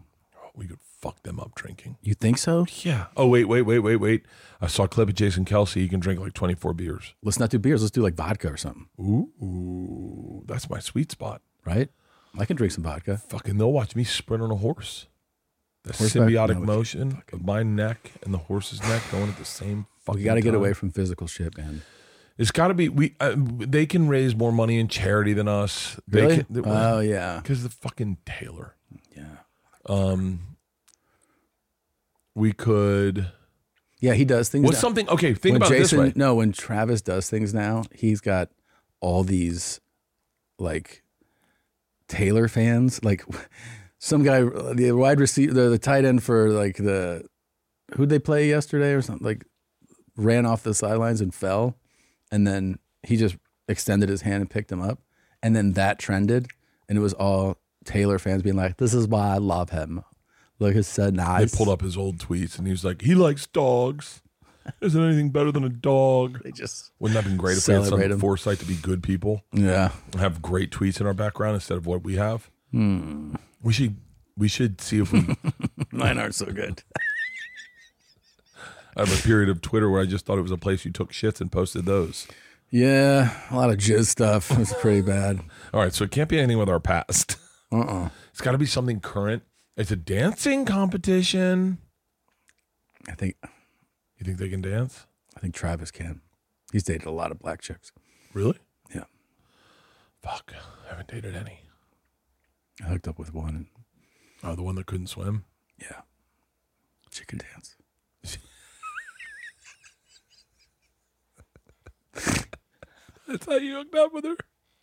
Speaker 11: We could fuck them up drinking.
Speaker 1: You think so?
Speaker 11: Yeah. Oh, wait, wait, wait, wait, wait. I saw a clip of Jason Kelsey. He can drink like 24 beers.
Speaker 1: Let's not do beers. Let's do like vodka or something.
Speaker 11: Ooh, that's my sweet spot.
Speaker 1: Right? I can drink some vodka.
Speaker 11: Fucking, they'll watch me sprint on a horse. The
Speaker 1: Horseback? No,
Speaker 11: symbiotic
Speaker 1: we can't
Speaker 11: motion of my neck and the horse's neck going at the same fucking
Speaker 1: We got to get
Speaker 11: time.
Speaker 1: away from physical shit, man.
Speaker 11: It's got to be we. Uh, they can raise more money in charity than us. They
Speaker 1: Really?
Speaker 11: Can,
Speaker 1: Oh, yeah.
Speaker 11: because the fucking Taylor. Yeah. Um. We could.
Speaker 1: Yeah, he does things.
Speaker 11: What's
Speaker 1: now-
Speaker 11: something- okay, think
Speaker 1: when
Speaker 11: about it this
Speaker 1: Jason,
Speaker 11: way.
Speaker 1: No, when Travis does things now, he's got all these like Taylor fans. Like some guy, the wide receiver, the, the tight end for like the who'd they play yesterday or something, like ran off the sidelines and fell. And then he just extended his hand and picked him up. And then that trended. And it was all Taylor fans being like, this is why I love him. Look, it's so nice.
Speaker 11: They pulled up his old tweets, and he was like, "He likes dogs. Isn't anything better than a dog?" They
Speaker 1: just
Speaker 11: wouldn't that have been great if we had some
Speaker 1: celebrate him.
Speaker 11: foresight to be good people.
Speaker 1: Yeah.
Speaker 11: and have great tweets in our background instead of what we have.
Speaker 1: Hmm.
Speaker 11: We should we should see if we.
Speaker 1: Mine aren't so good.
Speaker 11: I have a period of Twitter where I just thought it was a place you took shits and posted those.
Speaker 1: Yeah, a lot of jizz stuff. It's pretty bad.
Speaker 11: All right, so it can't be anything with our past.
Speaker 1: Uh-uh.
Speaker 11: It's got to be something current. It's a dancing competition.
Speaker 1: I think.
Speaker 11: You think they can dance?
Speaker 1: I think Travis can. He's dated a lot of black chicks.
Speaker 11: Really?
Speaker 1: Yeah.
Speaker 11: Fuck, I haven't dated any.
Speaker 1: I hooked up with one. And
Speaker 11: Oh, the one that couldn't swim.
Speaker 1: Yeah, she could dance.
Speaker 11: That's how you hooked up with her.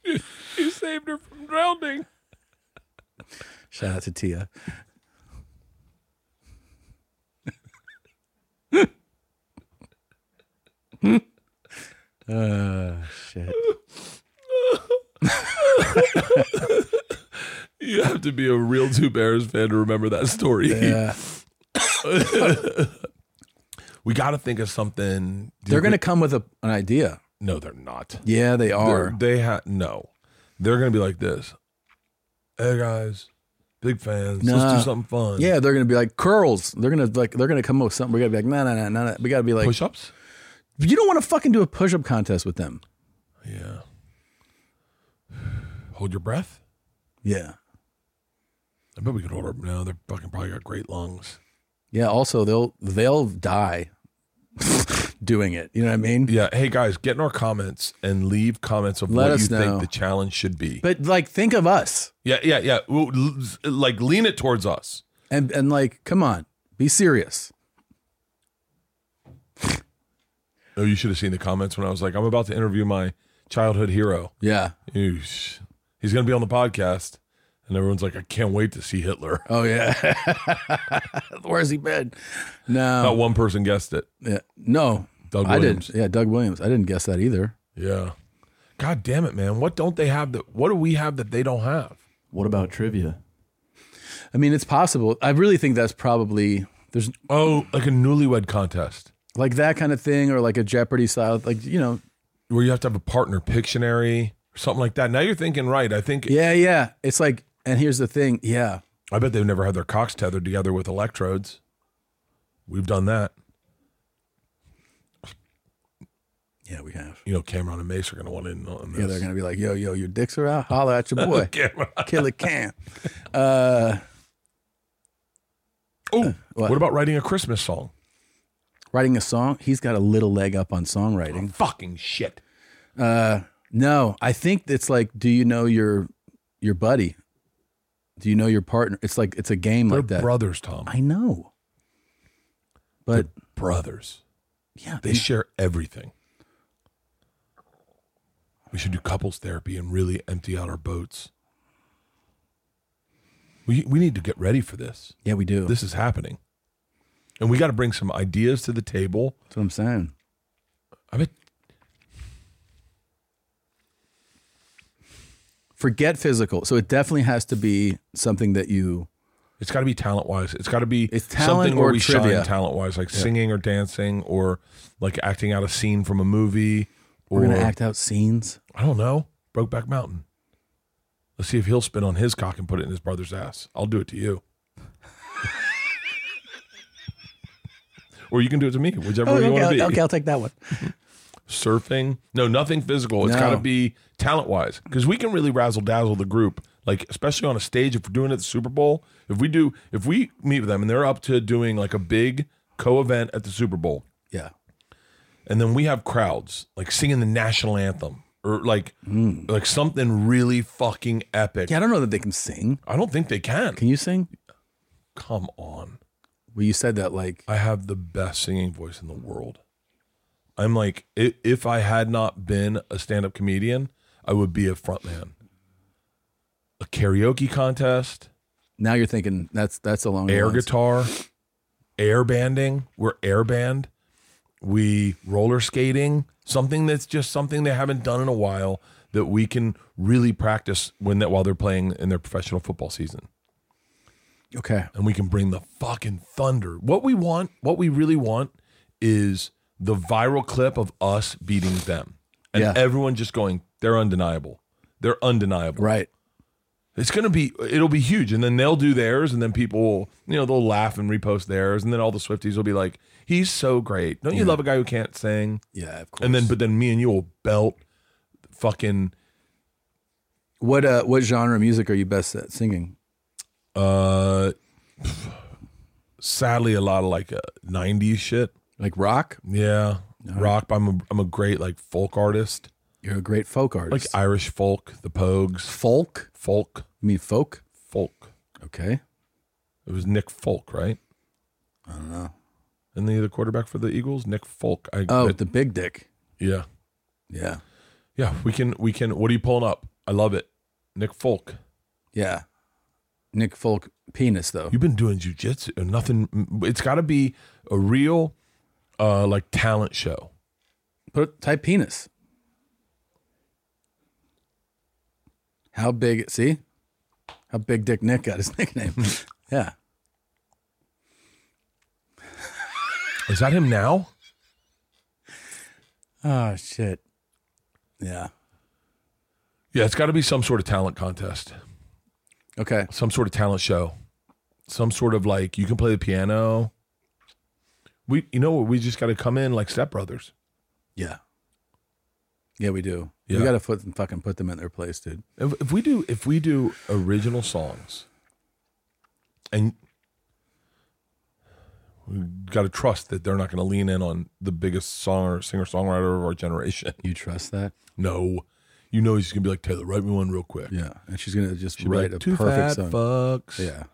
Speaker 11: You, you saved her from drowning.
Speaker 1: Shout out to Tia.
Speaker 11: Ah,
Speaker 1: uh, shit.
Speaker 11: You have to be a real Two Bears fan to remember that story.
Speaker 1: Yeah.
Speaker 11: we got to think of something.
Speaker 1: They're going to come with a, an idea.
Speaker 11: No, they're not.
Speaker 1: Yeah, they
Speaker 11: They're-
Speaker 1: are.
Speaker 11: they have no. They're going to be like this. Hey guys, big fans. Let's
Speaker 1: Nah.
Speaker 11: do something fun.
Speaker 1: Yeah, they're gonna be like curls. They're gonna like they're gonna come up with something. We're gonna be like, no, no, no, no, no. We gotta be like
Speaker 11: push ups.
Speaker 1: You don't want to fucking do a push up contest with them.
Speaker 11: Yeah. Hold your breath.
Speaker 1: Yeah,
Speaker 11: I bet we could hold our. No, they're fucking probably got great lungs.
Speaker 1: yeah. Also, they'll they'll die doing it. You know what I mean?
Speaker 11: Yeah. Hey guys, get in our comments and leave comments of
Speaker 1: Let
Speaker 11: what
Speaker 1: us
Speaker 11: you
Speaker 1: know.
Speaker 11: think the challenge should be.
Speaker 1: But like, think of us
Speaker 11: yeah, yeah, yeah. Well, l- Like lean it towards us.
Speaker 1: and and like, come on, be serious.
Speaker 11: Oh, you should have seen the comments when I was like, I'm about to interview my childhood hero.
Speaker 1: Yeah.
Speaker 11: Oosh. He's going to be on the podcast. And everyone's like, I can't wait to see Hitler.
Speaker 1: Oh yeah. Where's he been?
Speaker 11: Not
Speaker 1: No.
Speaker 11: one person guessed it.
Speaker 1: Yeah. No.
Speaker 11: Doug
Speaker 1: I
Speaker 11: Williams.
Speaker 1: didn't. Yeah, Doug Williams. I didn't guess that either.
Speaker 11: Yeah. God damn it, man. What don't they have that? What do we have that they don't have?
Speaker 5: What about trivia?
Speaker 1: I mean, it's possible. I really think that's probably there's
Speaker 11: Oh, like a newlywed contest
Speaker 1: like that kind of thing, or like a Jeopardy style, like you know,
Speaker 11: where you have to have a partner Pictionary or something like that. Now you're thinking right. I think,
Speaker 1: yeah, yeah. It's like, and here's the thing, yeah,
Speaker 11: I bet they've never had their cocks tethered together with electrodes. We've done that.
Speaker 1: yeah, we have.
Speaker 11: You know, Cameron and Mace are going to want in on this.
Speaker 1: Yeah, they're gonna be like, yo, yo, your dicks are out. Holler at your boy,
Speaker 11: Cameron.
Speaker 1: Killer Cam. Uh,
Speaker 11: Oh,
Speaker 1: what?
Speaker 11: what about writing a Christmas song?
Speaker 1: writing a song, he's got a little leg up on songwriting.
Speaker 11: Fucking shit.
Speaker 1: Uh, no, I think it's like, do you know your your buddy? Do you know your partner? It's like it's a game
Speaker 11: They're
Speaker 1: like that.
Speaker 11: brothers, Tom.
Speaker 1: I know. But
Speaker 11: brothers.
Speaker 1: Yeah.
Speaker 11: They share everything. We should do couples therapy and really empty out our boats. We we need to get ready for this.
Speaker 1: Yeah, we do.
Speaker 11: This is happening. And we got to bring some ideas to the table.
Speaker 1: That's what I'm saying.
Speaker 11: I bet
Speaker 1: forget physical. So it definitely has to be something that you.
Speaker 11: It's got to be talent wise. It's got to be
Speaker 1: it's talent
Speaker 11: something where
Speaker 1: or
Speaker 11: we
Speaker 1: trivia.
Speaker 11: shine talent wise, like
Speaker 1: Yeah.
Speaker 11: singing or dancing or like acting out a scene from a movie. Or,
Speaker 1: We're gonna act out scenes.
Speaker 11: I don't know. Brokeback Mountain. Let's see if he'll spin on his cock and put it in his brother's ass. I'll do it to you. or you can do it to me, whichever
Speaker 1: Oh,
Speaker 11: way you
Speaker 1: okay,
Speaker 11: want to be.
Speaker 1: I'll- okay, I'll take that one.
Speaker 11: Surfing. No, nothing physical. It's
Speaker 1: No.
Speaker 11: got to be talent wise because we can really razzle dazzle the group. Like especially on a stage, if we're doing it at the Super Bowl, if we do, if we meet with them and they're up to doing like a big co-event at the Super Bowl,
Speaker 1: Yeah.
Speaker 11: and then we have crowds like singing the national anthem or like like something really fucking epic.
Speaker 1: Hmm. Yeah, I don't know that they can sing.
Speaker 11: I don't think they can.
Speaker 1: Can you sing?
Speaker 11: Come on.
Speaker 1: Well, you said that like
Speaker 11: I have the best singing voice in the world. I'm like, i- if I had not been a stand up comedian, I would be a frontman. A karaoke contest,
Speaker 1: now you're thinking that's that's along the
Speaker 11: air
Speaker 1: lines.
Speaker 11: guitar, air banding. We're air band. We roller skating, something that's just something they haven't done in a while that we can really practice when that while they're playing in their professional football season.
Speaker 1: Okay.
Speaker 11: And we can bring the fucking thunder. What we want, what we really want is the viral clip of us beating them. And
Speaker 1: Yeah.
Speaker 11: everyone just going, they're undeniable. They're undeniable.
Speaker 1: Right.
Speaker 11: It's going to be, it'll be huge. And then they'll do theirs. And then people will, you know, they'll laugh and repost theirs. And then all the Swifties will be like, he's so great. Don't you love a guy who can't sing?
Speaker 1: Yeah, of
Speaker 11: And then, but then me and you will belt fucking
Speaker 1: What uh what genre of music are you best at singing?
Speaker 11: Uh, sadly, a lot of like uh, '90s shit,
Speaker 1: like rock.
Speaker 11: Yeah, rock. but I'm a I'm a great like folk artist.
Speaker 1: You're a great folk artist.
Speaker 11: like Irish folk, the Pogues,
Speaker 1: folk,
Speaker 11: folk.
Speaker 1: You mean folk,
Speaker 11: folk.
Speaker 1: Okay,
Speaker 11: it was Nick Folk, right?
Speaker 1: I don't know.
Speaker 11: And the, the quarterback for the Eagles, Nick Folk. I,
Speaker 1: Oh,
Speaker 11: I-
Speaker 1: the big dick.
Speaker 11: yeah,
Speaker 1: Yeah.
Speaker 11: yeah. We can we can. What are you pulling up? I love it, Nick Folk.
Speaker 1: Yeah. Nick Folk penis though.
Speaker 11: You've been doing jujitsu. and Nothing. It's got to be a real, uh, like talent show.
Speaker 1: Put type penis. How big? See, how big Dick Nick got his nickname. yeah.
Speaker 11: Is that him now?
Speaker 1: Oh shit. Yeah.
Speaker 11: Yeah, it's got to be some sort of talent contest.
Speaker 1: Okay.
Speaker 11: Some sort of talent show. Some sort of like you can play the piano. We you know what we just got to come in like stepbrothers.
Speaker 1: Yeah. Yeah, we do.
Speaker 11: Yeah.
Speaker 1: We gotta put them, fucking put them in their place, dude.
Speaker 11: If, if we do if we do original songs and we got to trust that they're not going to lean in on the biggest song singer songwriter of our generation.
Speaker 1: You trust that?
Speaker 11: No. You know he's going to be like Taylor, write me one real quick.
Speaker 1: Yeah, and she's gonna just
Speaker 11: She'd be
Speaker 1: write
Speaker 11: like,
Speaker 1: a
Speaker 11: "Two
Speaker 1: perfect
Speaker 11: fat
Speaker 1: song.
Speaker 11: fucks.
Speaker 1: Yeah.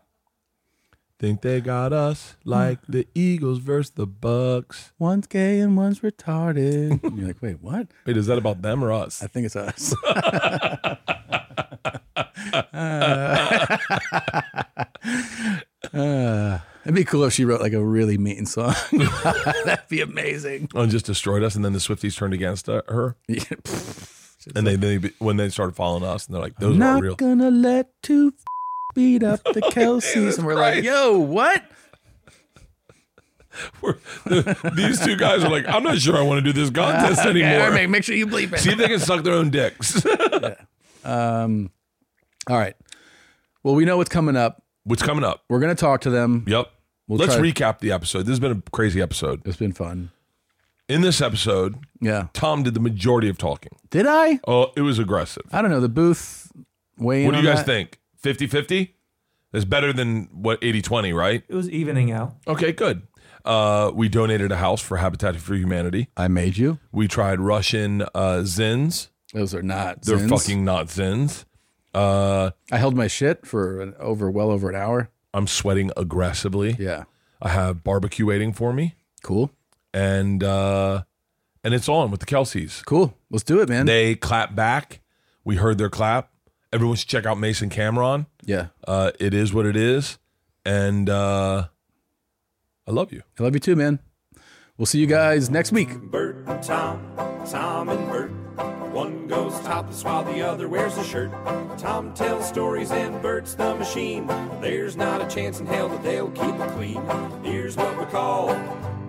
Speaker 11: Think they got us like the Eagles versus the Bucks.
Speaker 1: One's gay and one's retarded. And you're like, wait, what?
Speaker 11: Wait, is that about them or us?
Speaker 1: I think it's us. Uh, it'd be cool if she wrote like a really mean song. That'd be amazing.
Speaker 11: Oh, and just destroyed us, and then the Swifties turned against uh, her.
Speaker 1: Yeah.
Speaker 11: and they, they when they started following us, and they're like, "Those
Speaker 1: Not
Speaker 11: aren't real."
Speaker 1: gonna let two beat up the Kelseys, and we're like, yo, what?
Speaker 11: These two guys are like, "I'm not sure I want to do this contest
Speaker 1: Okay,
Speaker 11: anymore."
Speaker 1: all right, make sure you bleep it.
Speaker 11: See if they can suck their own dicks.
Speaker 1: Um, all right. Well, we know what's coming up.
Speaker 11: What's coming up?
Speaker 1: We're gonna talk to them.
Speaker 11: Yep.
Speaker 1: We'll
Speaker 11: Let's
Speaker 1: try-
Speaker 11: recap the episode. This has been a crazy episode.
Speaker 1: It's been fun.
Speaker 11: In this episode,
Speaker 1: yeah,
Speaker 11: Tom did the majority of talking.
Speaker 1: Did I?
Speaker 11: Oh, it was aggressive.
Speaker 1: I don't know. The booth weighing.
Speaker 11: What do you guys think? 50 50? That's better than what 80 20, right?
Speaker 16: It was evening out.
Speaker 11: Okay, good. Uh, we donated a house for Habitat for Humanity.
Speaker 1: I made you.
Speaker 11: We tried Russian uh, Zins.
Speaker 1: Those are not
Speaker 11: They're
Speaker 1: zins.
Speaker 11: fucking not Zins. Uh,
Speaker 1: I held my shit for an over well over an hour.
Speaker 11: I'm sweating aggressively.
Speaker 1: Yeah.
Speaker 11: I have barbecue waiting for me.
Speaker 1: Cool.
Speaker 11: And uh and it's on with the Kelseys.
Speaker 1: Cool. Let's do it, man.
Speaker 11: They clap back. We heard their clap. Everyone should check out Mason Cameron.
Speaker 1: Yeah.
Speaker 11: Uh it is what it is. And uh I love you.
Speaker 1: I love you too, man. We'll see you guys next week.
Speaker 14: Bert and Tom, Tom and Bert. One goes topless while the other wears a shirt. Tom tells stories and Bert's the machine. There's not a chance in hell that they'll keep it clean. Here's what we call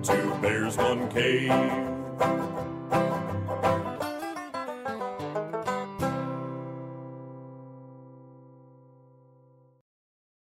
Speaker 14: two bears, one cave.